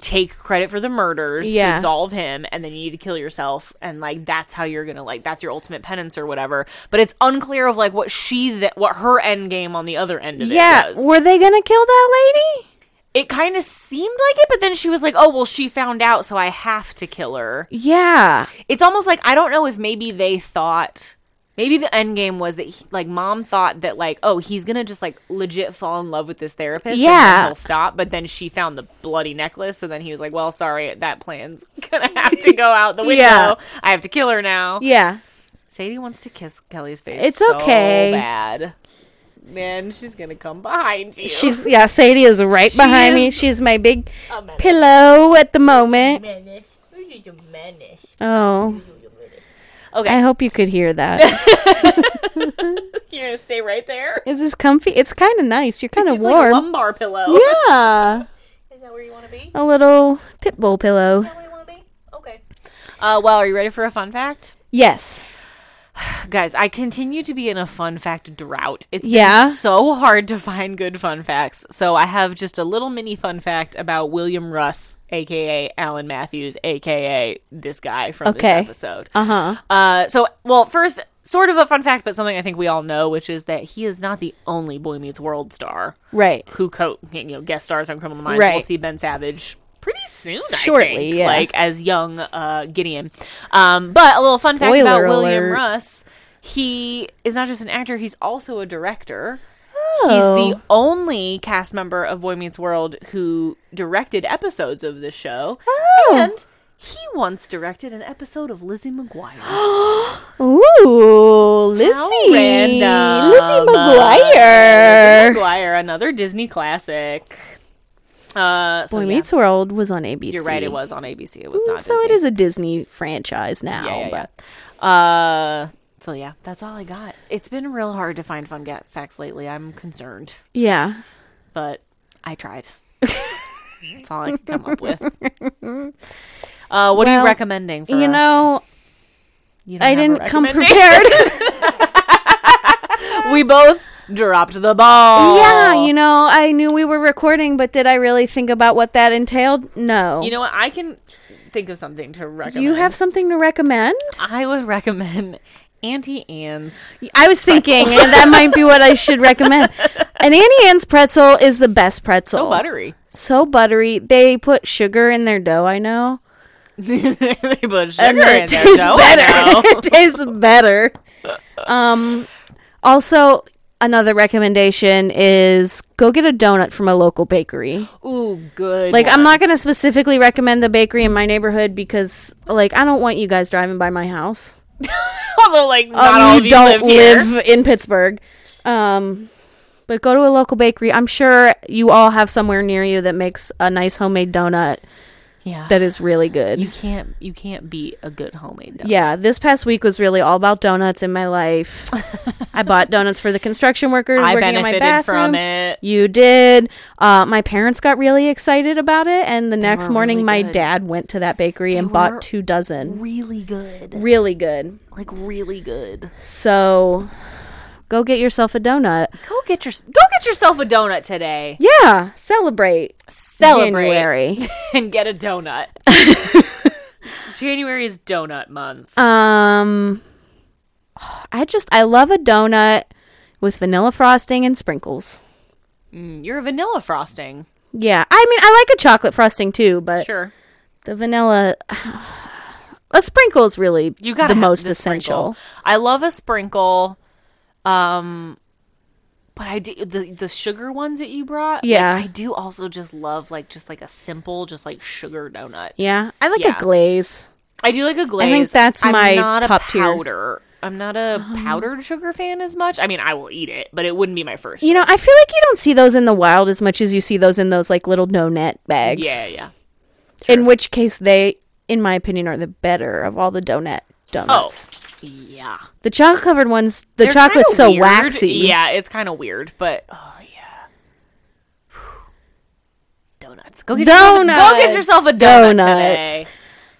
Speaker 1: take credit for the murders
Speaker 2: Yeah.
Speaker 1: to absolve him, and then you need to kill yourself, and like that's how you're gonna like that's your ultimate penance or whatever. But it's unclear of like what she that what her end game on the other end of
Speaker 2: yeah
Speaker 1: it was.
Speaker 2: were they gonna kill that lady
Speaker 1: it kind of seemed like it, but then she was like, "Oh well, she found out, so I have to kill her."
Speaker 2: yeah
Speaker 1: it's almost like I don't know if maybe they thought maybe the end game was that he, like mom thought that like oh he's gonna just like legit fall in love with this therapist and then
Speaker 2: Yeah.
Speaker 1: he'll stop but then she found the bloody necklace so then he was like well sorry that plan's gonna have to go out the window
Speaker 2: Yeah.
Speaker 1: I have to kill her now
Speaker 2: yeah
Speaker 1: Sadie wants to kiss Kelly's face
Speaker 2: It's
Speaker 1: so
Speaker 2: okay.
Speaker 1: bad man she's gonna come behind you
Speaker 2: She's yeah, Sadie is right behind me.
Speaker 1: is
Speaker 2: She's my big
Speaker 1: a menace.
Speaker 2: pillow at the moment.
Speaker 1: menace She's a menace
Speaker 2: Oh,
Speaker 1: She's a menace.
Speaker 2: I hope you could hear that.
Speaker 1: you're gonna stay right there
Speaker 2: is this comfy? It's kind of nice. You're kind of
Speaker 1: it's like a
Speaker 2: warm.
Speaker 1: lumbar pillow
Speaker 2: yeah,
Speaker 1: is that where you want to be
Speaker 2: a little pit bull pillow.
Speaker 1: Okay. Uh, well, are you ready for a fun fact?
Speaker 2: Yes.
Speaker 1: Guys, I continue to be in a fun fact drought. It's been
Speaker 2: Yeah?
Speaker 1: so hard to find good fun facts. So I have just a little mini fun fact about William Russ, aka Alan Matthews, aka this guy from
Speaker 2: Okay.
Speaker 1: this episode.
Speaker 2: Uh huh.
Speaker 1: Uh, so, well, first, sort of a fun fact, but something I think we all know, which is that he is not the only Boy Meets World star
Speaker 2: Right.
Speaker 1: who co you know guest stars on Criminal Minds. We'll
Speaker 2: Right.
Speaker 1: see Ben Savage pretty soon,
Speaker 2: Shortly,
Speaker 1: I think,
Speaker 2: yeah.
Speaker 1: like as young uh, Gideon. Um, but a little fun fact about
Speaker 2: Spoiler
Speaker 1: William
Speaker 2: alert.
Speaker 1: Russ: he is not just an actor; he's also a director. He's
Speaker 2: Oh.
Speaker 1: the only cast member of Boy Meets World who directed episodes of the show,
Speaker 2: Oh.
Speaker 1: and he once directed an episode of Lizzie McGuire.
Speaker 2: Ooh, Lizzie.
Speaker 1: random.
Speaker 2: Lizzie McGuire.
Speaker 1: McGuire, another Disney classic. Uh, so
Speaker 2: Boy
Speaker 1: yeah.
Speaker 2: Meets World was on ABC.
Speaker 1: You're right. It was on ABC. It was not.
Speaker 2: So it
Speaker 1: Disney.
Speaker 2: is a Disney franchise now.
Speaker 1: Yeah, yeah,
Speaker 2: but
Speaker 1: yeah. Uh, so yeah, that's all I got. It's been real hard to find fun ga- facts lately. I'm concerned,
Speaker 2: yeah.
Speaker 1: but I tried. that's all I could come up with. Uh, what are you
Speaker 2: Well,
Speaker 1: recommending? For
Speaker 2: you
Speaker 1: us?
Speaker 2: know,
Speaker 1: You don't
Speaker 2: I
Speaker 1: have a
Speaker 2: didn't come
Speaker 1: recommendation?
Speaker 2: prepared.
Speaker 1: we both dropped the ball.
Speaker 2: yeah, you know, I knew we were recording, but did I really think about what that entailed? No.
Speaker 1: You know what? I can think of something to recommend.
Speaker 2: you have something to recommend?
Speaker 1: I would recommend Auntie Anne's.
Speaker 2: I was thinking that might be what I should recommend. An Annie Ann's pretzel is the best pretzel.
Speaker 1: So buttery.
Speaker 2: So buttery. They put sugar in their dough, I know.
Speaker 1: they put
Speaker 2: and
Speaker 1: sugar
Speaker 2: it
Speaker 1: in their
Speaker 2: tastes
Speaker 1: dough, I know.
Speaker 2: better. it tastes better. Um, also, another recommendation is go get a donut from a local bakery.
Speaker 1: Ooh, good.
Speaker 2: Like, I'm
Speaker 1: one.
Speaker 2: not going to specifically recommend the bakery in my neighborhood because, like, I don't want you guys driving by my house.
Speaker 1: also like
Speaker 2: Um,
Speaker 1: not all
Speaker 2: you
Speaker 1: of you
Speaker 2: don't
Speaker 1: live,
Speaker 2: live, in Pittsburgh. Um, but go to a local bakery. I'm sure you all have somewhere near you that makes a nice homemade donut
Speaker 1: here. Yeah,
Speaker 2: that is really good.
Speaker 1: you can't you can't beat a good homemade. Donut.
Speaker 2: Yeah, this past week was really all about donuts in my life. I bought donuts for the construction workers
Speaker 1: I
Speaker 2: working in my
Speaker 1: benefited
Speaker 2: bathroom.
Speaker 1: from it.
Speaker 2: You did. Uh, my parents got really excited about it, and the next
Speaker 1: were
Speaker 2: morning,
Speaker 1: really
Speaker 2: my
Speaker 1: good.
Speaker 2: dad went to that bakery and
Speaker 1: were
Speaker 2: bought two dozen.
Speaker 1: Really good,
Speaker 2: Really good.
Speaker 1: like really good.
Speaker 2: So, go get yourself a donut.
Speaker 1: Go get your go get yourself a donut today.
Speaker 2: Yeah, celebrate.
Speaker 1: Celebrate.
Speaker 2: January.
Speaker 1: and get a donut. January is donut month.
Speaker 2: um, I just I love a donut with vanilla frosting and sprinkles.
Speaker 1: Mm, you're a vanilla frosting.
Speaker 2: Yeah, I mean, I like a chocolate frosting too, but
Speaker 1: Sure.
Speaker 2: the vanilla, a sprinkle is really
Speaker 1: You got
Speaker 2: the most essential.
Speaker 1: I love a sprinkle. Um but I do the the sugar ones that you brought. like,
Speaker 2: Yeah.
Speaker 1: I do also just love like just like a simple just like sugar donut.
Speaker 2: Yeah, I like
Speaker 1: Yeah.
Speaker 2: a glaze.
Speaker 1: I do like a glaze.
Speaker 2: think that's
Speaker 1: I'm
Speaker 2: my
Speaker 1: not
Speaker 2: top
Speaker 1: a
Speaker 2: tier. Uh-huh.
Speaker 1: powder. I'm not a powdered sugar fan as much. I mean, I will eat it, but it wouldn't be my first.
Speaker 2: You know, I feel like you don't see those in the wild as much as you see those in those like little no net bags.
Speaker 1: yeah, yeah.
Speaker 2: In which case, they, in my opinion, are the better of all the donut
Speaker 1: Oh,
Speaker 2: donuts.
Speaker 1: yeah.
Speaker 2: The chocolate covered ones, the
Speaker 1: They're
Speaker 2: chocolate's
Speaker 1: kinda
Speaker 2: so
Speaker 1: weird.
Speaker 2: waxy.
Speaker 1: Yeah, it's kind of weird, but oh yeah. Donuts. Go get Yourself, go get
Speaker 2: Donuts.
Speaker 1: yourself a donut
Speaker 2: Donuts.
Speaker 1: today.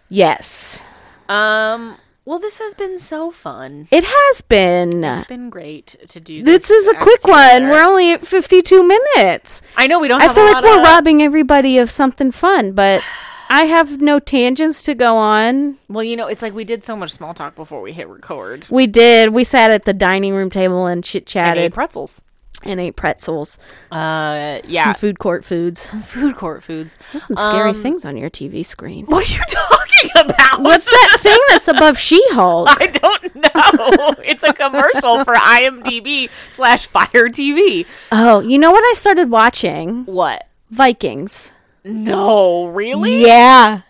Speaker 2: Yes,
Speaker 1: Um. Well, this has been so fun.
Speaker 2: it has been.
Speaker 1: It's been great to do.
Speaker 2: this is a quick one.
Speaker 1: together.
Speaker 2: We're only at 52 minutes.
Speaker 1: I know we don't. Have
Speaker 2: I feel
Speaker 1: a
Speaker 2: like
Speaker 1: lot
Speaker 2: we're
Speaker 1: of,
Speaker 2: robbing everybody of something fun, but I have no tangents to go on.
Speaker 1: Well, you know, it's like we did so much small talk before we hit record.
Speaker 2: We did. We sat at the dining room table and chit
Speaker 1: And ate
Speaker 2: chatted
Speaker 1: pretzels.
Speaker 2: and, ate pretzels,
Speaker 1: Uh, yeah.
Speaker 2: some food court foods.
Speaker 1: food court foods.
Speaker 2: There's some scary
Speaker 1: Um,
Speaker 2: things on your TV screen.
Speaker 1: What are you talking about?
Speaker 2: What's that thing that's above She-Hulk?
Speaker 1: I don't know. it's a commercial for IMDb slash Fire TV.
Speaker 2: Oh, you know what I started watching?
Speaker 1: What?
Speaker 2: Vikings.
Speaker 1: No, really?
Speaker 2: Yeah.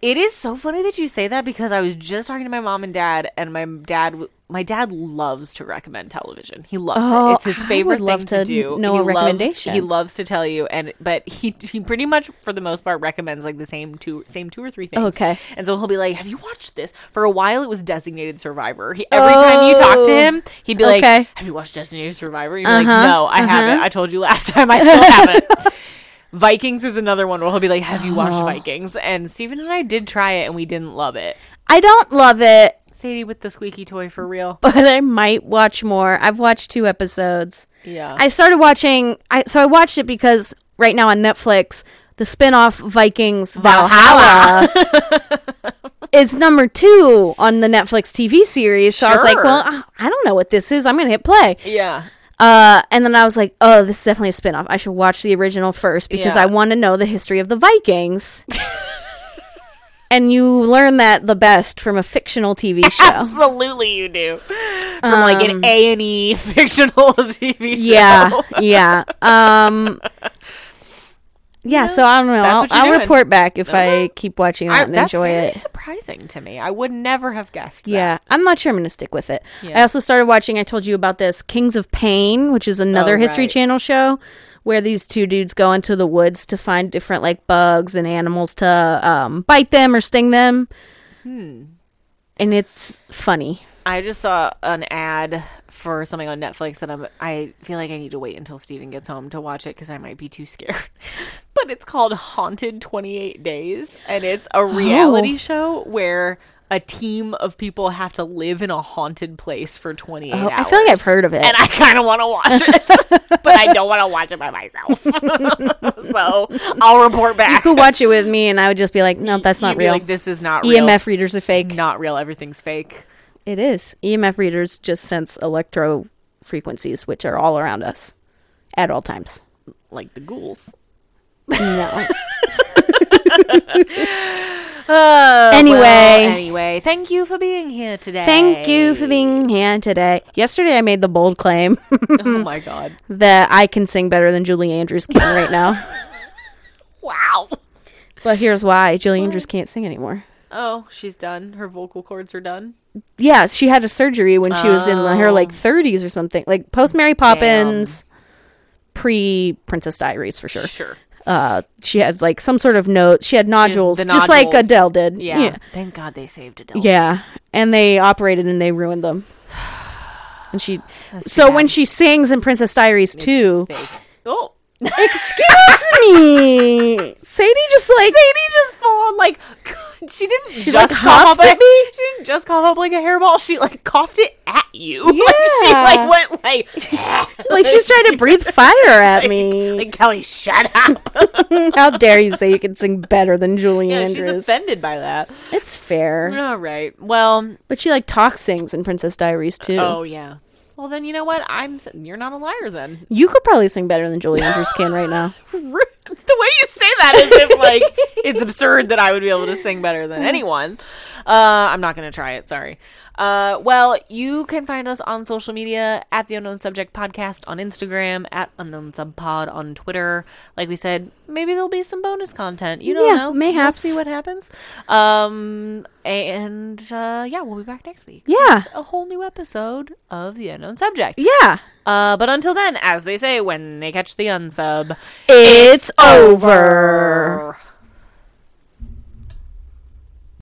Speaker 1: It is so funny that you say that because I was just talking to my mom and dad, and my dad, w- my dad loves to recommend television. He loves
Speaker 2: Oh,
Speaker 1: it. It's his
Speaker 2: I would
Speaker 1: favorite
Speaker 2: love
Speaker 1: thing
Speaker 2: to
Speaker 1: to, do.
Speaker 2: know
Speaker 1: he
Speaker 2: a
Speaker 1: loves-
Speaker 2: recommendation.
Speaker 1: he loves to tell you, and but he he pretty much for the most part recommends like the same two same two or three things.
Speaker 2: Okay.
Speaker 1: and so he'll be like, "Have you watched this?" For a while, it was Designated Survivor. He, every time you talk to
Speaker 2: Oh.
Speaker 1: him, he'd be like,
Speaker 2: Okay. Uh-huh.
Speaker 1: "Have you watched Designated Survivor?" And you're like, "No, I haven't. I told you last time. I still haven't." Vikings is another one where he'll be like, "Have you
Speaker 2: Uh-huh.
Speaker 1: watched Vikings?" And Steven and I did try it, and we didn't love it.
Speaker 2: I don't love it,
Speaker 1: Sadie with the squeaky toy for real.
Speaker 2: but I might watch more. I've watched two episodes.
Speaker 1: Yeah,
Speaker 2: I started watching. I so I watched it because right now on Netflix, the spin-off Vikings Valhalla, is number two on the Netflix TV series. So I was like,
Speaker 1: Sure.
Speaker 2: well, I- I don't know what this is. I'm gonna hit play.
Speaker 1: yeah.
Speaker 2: Uh, and then I was like, oh, this is definitely a spin-off. I should watch the original first because
Speaker 1: Yeah.
Speaker 2: I want to know the history of the Vikings. and you learn that the best from a fictional TV show.
Speaker 1: Absolutely, you do. From like an A and E fictional TV show.
Speaker 2: Um, Yeah, yeah. Um, yeah. So I don't know.
Speaker 1: that's
Speaker 2: I'll,
Speaker 1: what you're
Speaker 2: I'll
Speaker 1: doing. Mm-hmm.
Speaker 2: report back if I keep watching that
Speaker 1: I,
Speaker 2: and
Speaker 1: that's
Speaker 2: enjoy
Speaker 1: very
Speaker 2: it.
Speaker 1: surprising to me. I would never have guessed. that.
Speaker 2: Yeah, I'm not sure I'm going to stick with it. I
Speaker 1: Yeah.
Speaker 2: also started watching. I told you about this Kings of Pain, which is another
Speaker 1: Oh,
Speaker 2: History
Speaker 1: right.
Speaker 2: Channel show, where these two dudes go into the woods to find different like bugs and animals to um, bite them or sting them.
Speaker 1: Hmm.
Speaker 2: And it's funny.
Speaker 1: I just saw an ad for something on Netflix that I'm. I feel like I need to wait until Steven gets home to watch it because I might be too scared. but it's called Haunted 28 Days, and it's
Speaker 2: Oh.
Speaker 1: a reality show where a team of people have to live in a haunted place for 28
Speaker 2: Oh,
Speaker 1: hours.
Speaker 2: I feel like I've heard of it.
Speaker 1: and I kind of want to watch it, but I don't want to watch it by myself. so I'll report back.
Speaker 2: Could watch it with me, and I would just be like, "No, that's not
Speaker 1: You'd be
Speaker 2: real. E
Speaker 1: Like, this is not real.
Speaker 2: EMF readers are fake."
Speaker 1: Not real. Everything's fake.
Speaker 2: It is. EMF readers just sense electro frequencies, which are all around us at all times.
Speaker 1: Like the ghouls.
Speaker 2: No.
Speaker 1: Uh,
Speaker 2: Anyway.
Speaker 1: anyway, thank you for being here today.
Speaker 2: Thank you for being here today. Yesterday, I made the bold claim
Speaker 1: oh
Speaker 2: Mm.
Speaker 1: my god!
Speaker 2: that I can sing better than Julie Andrews can right now.
Speaker 1: Wow.
Speaker 2: But here's why Julie Andrews can't sing anymore.
Speaker 1: Oh, she's done. Her vocal cords are done.
Speaker 2: Yeah, she had a surgery when she was in her like
Speaker 1: Oh.
Speaker 2: 30s or something, like post Mary Poppins, pre Princess Diaries for sure.
Speaker 1: Sure.
Speaker 2: Uh, she has like some sort of note. She had nodules,
Speaker 1: the
Speaker 2: just like
Speaker 1: nodules.
Speaker 2: Adele did.
Speaker 1: Yeah.
Speaker 2: yeah.
Speaker 1: Thank God they saved Adele.
Speaker 2: Yeah, and they operated and they ruined them. And she, so when she sings in Princess Diaries too,
Speaker 1: Fake. Oh.
Speaker 2: excuse me, Sadie just like
Speaker 1: Sadie just full on like she didn't
Speaker 2: like,
Speaker 1: just cough
Speaker 2: huffed
Speaker 1: up
Speaker 2: at
Speaker 1: a-
Speaker 2: me?
Speaker 1: She didn't just cough up like a hairball. She like coughed it at you. Yeah. she
Speaker 2: Yeah.
Speaker 1: like went like
Speaker 2: like she's trying to breathe fire at me.
Speaker 1: like Kelly, shut up.
Speaker 2: How dare you say you can sing better than Julie
Speaker 1: yeah, she's
Speaker 2: Andrews?
Speaker 1: offended by that.
Speaker 2: it's fair,
Speaker 1: All right. Well,
Speaker 2: but she like talk sings in Princess Diaries too.
Speaker 1: oh yeah. Well then, you know what? I'm s- you're not a liar then.
Speaker 2: You could probably sing better than Julie Andrews can right now.
Speaker 1: the way you say that is if like it's absurd that I would be able to sing better than anyone. Uh, I'm not gonna try it. Sorry. Uh, well, you can find us on social media at the Unknown Subject Podcast on Instagram at Unknown Sub Pod on Twitter. Like we said, maybe there'll be some bonus content. You don't
Speaker 2: Yeah,
Speaker 1: know.
Speaker 2: mayhaps.
Speaker 1: We'll see what happens. Um, and uh, yeah, we'll be back next week.
Speaker 2: Yeah,
Speaker 1: A whole new episode of the Unknown Subject.
Speaker 2: yeah,
Speaker 1: Uh, but until then, as they say, when they catch the unsub,
Speaker 2: it's over.
Speaker 1: over.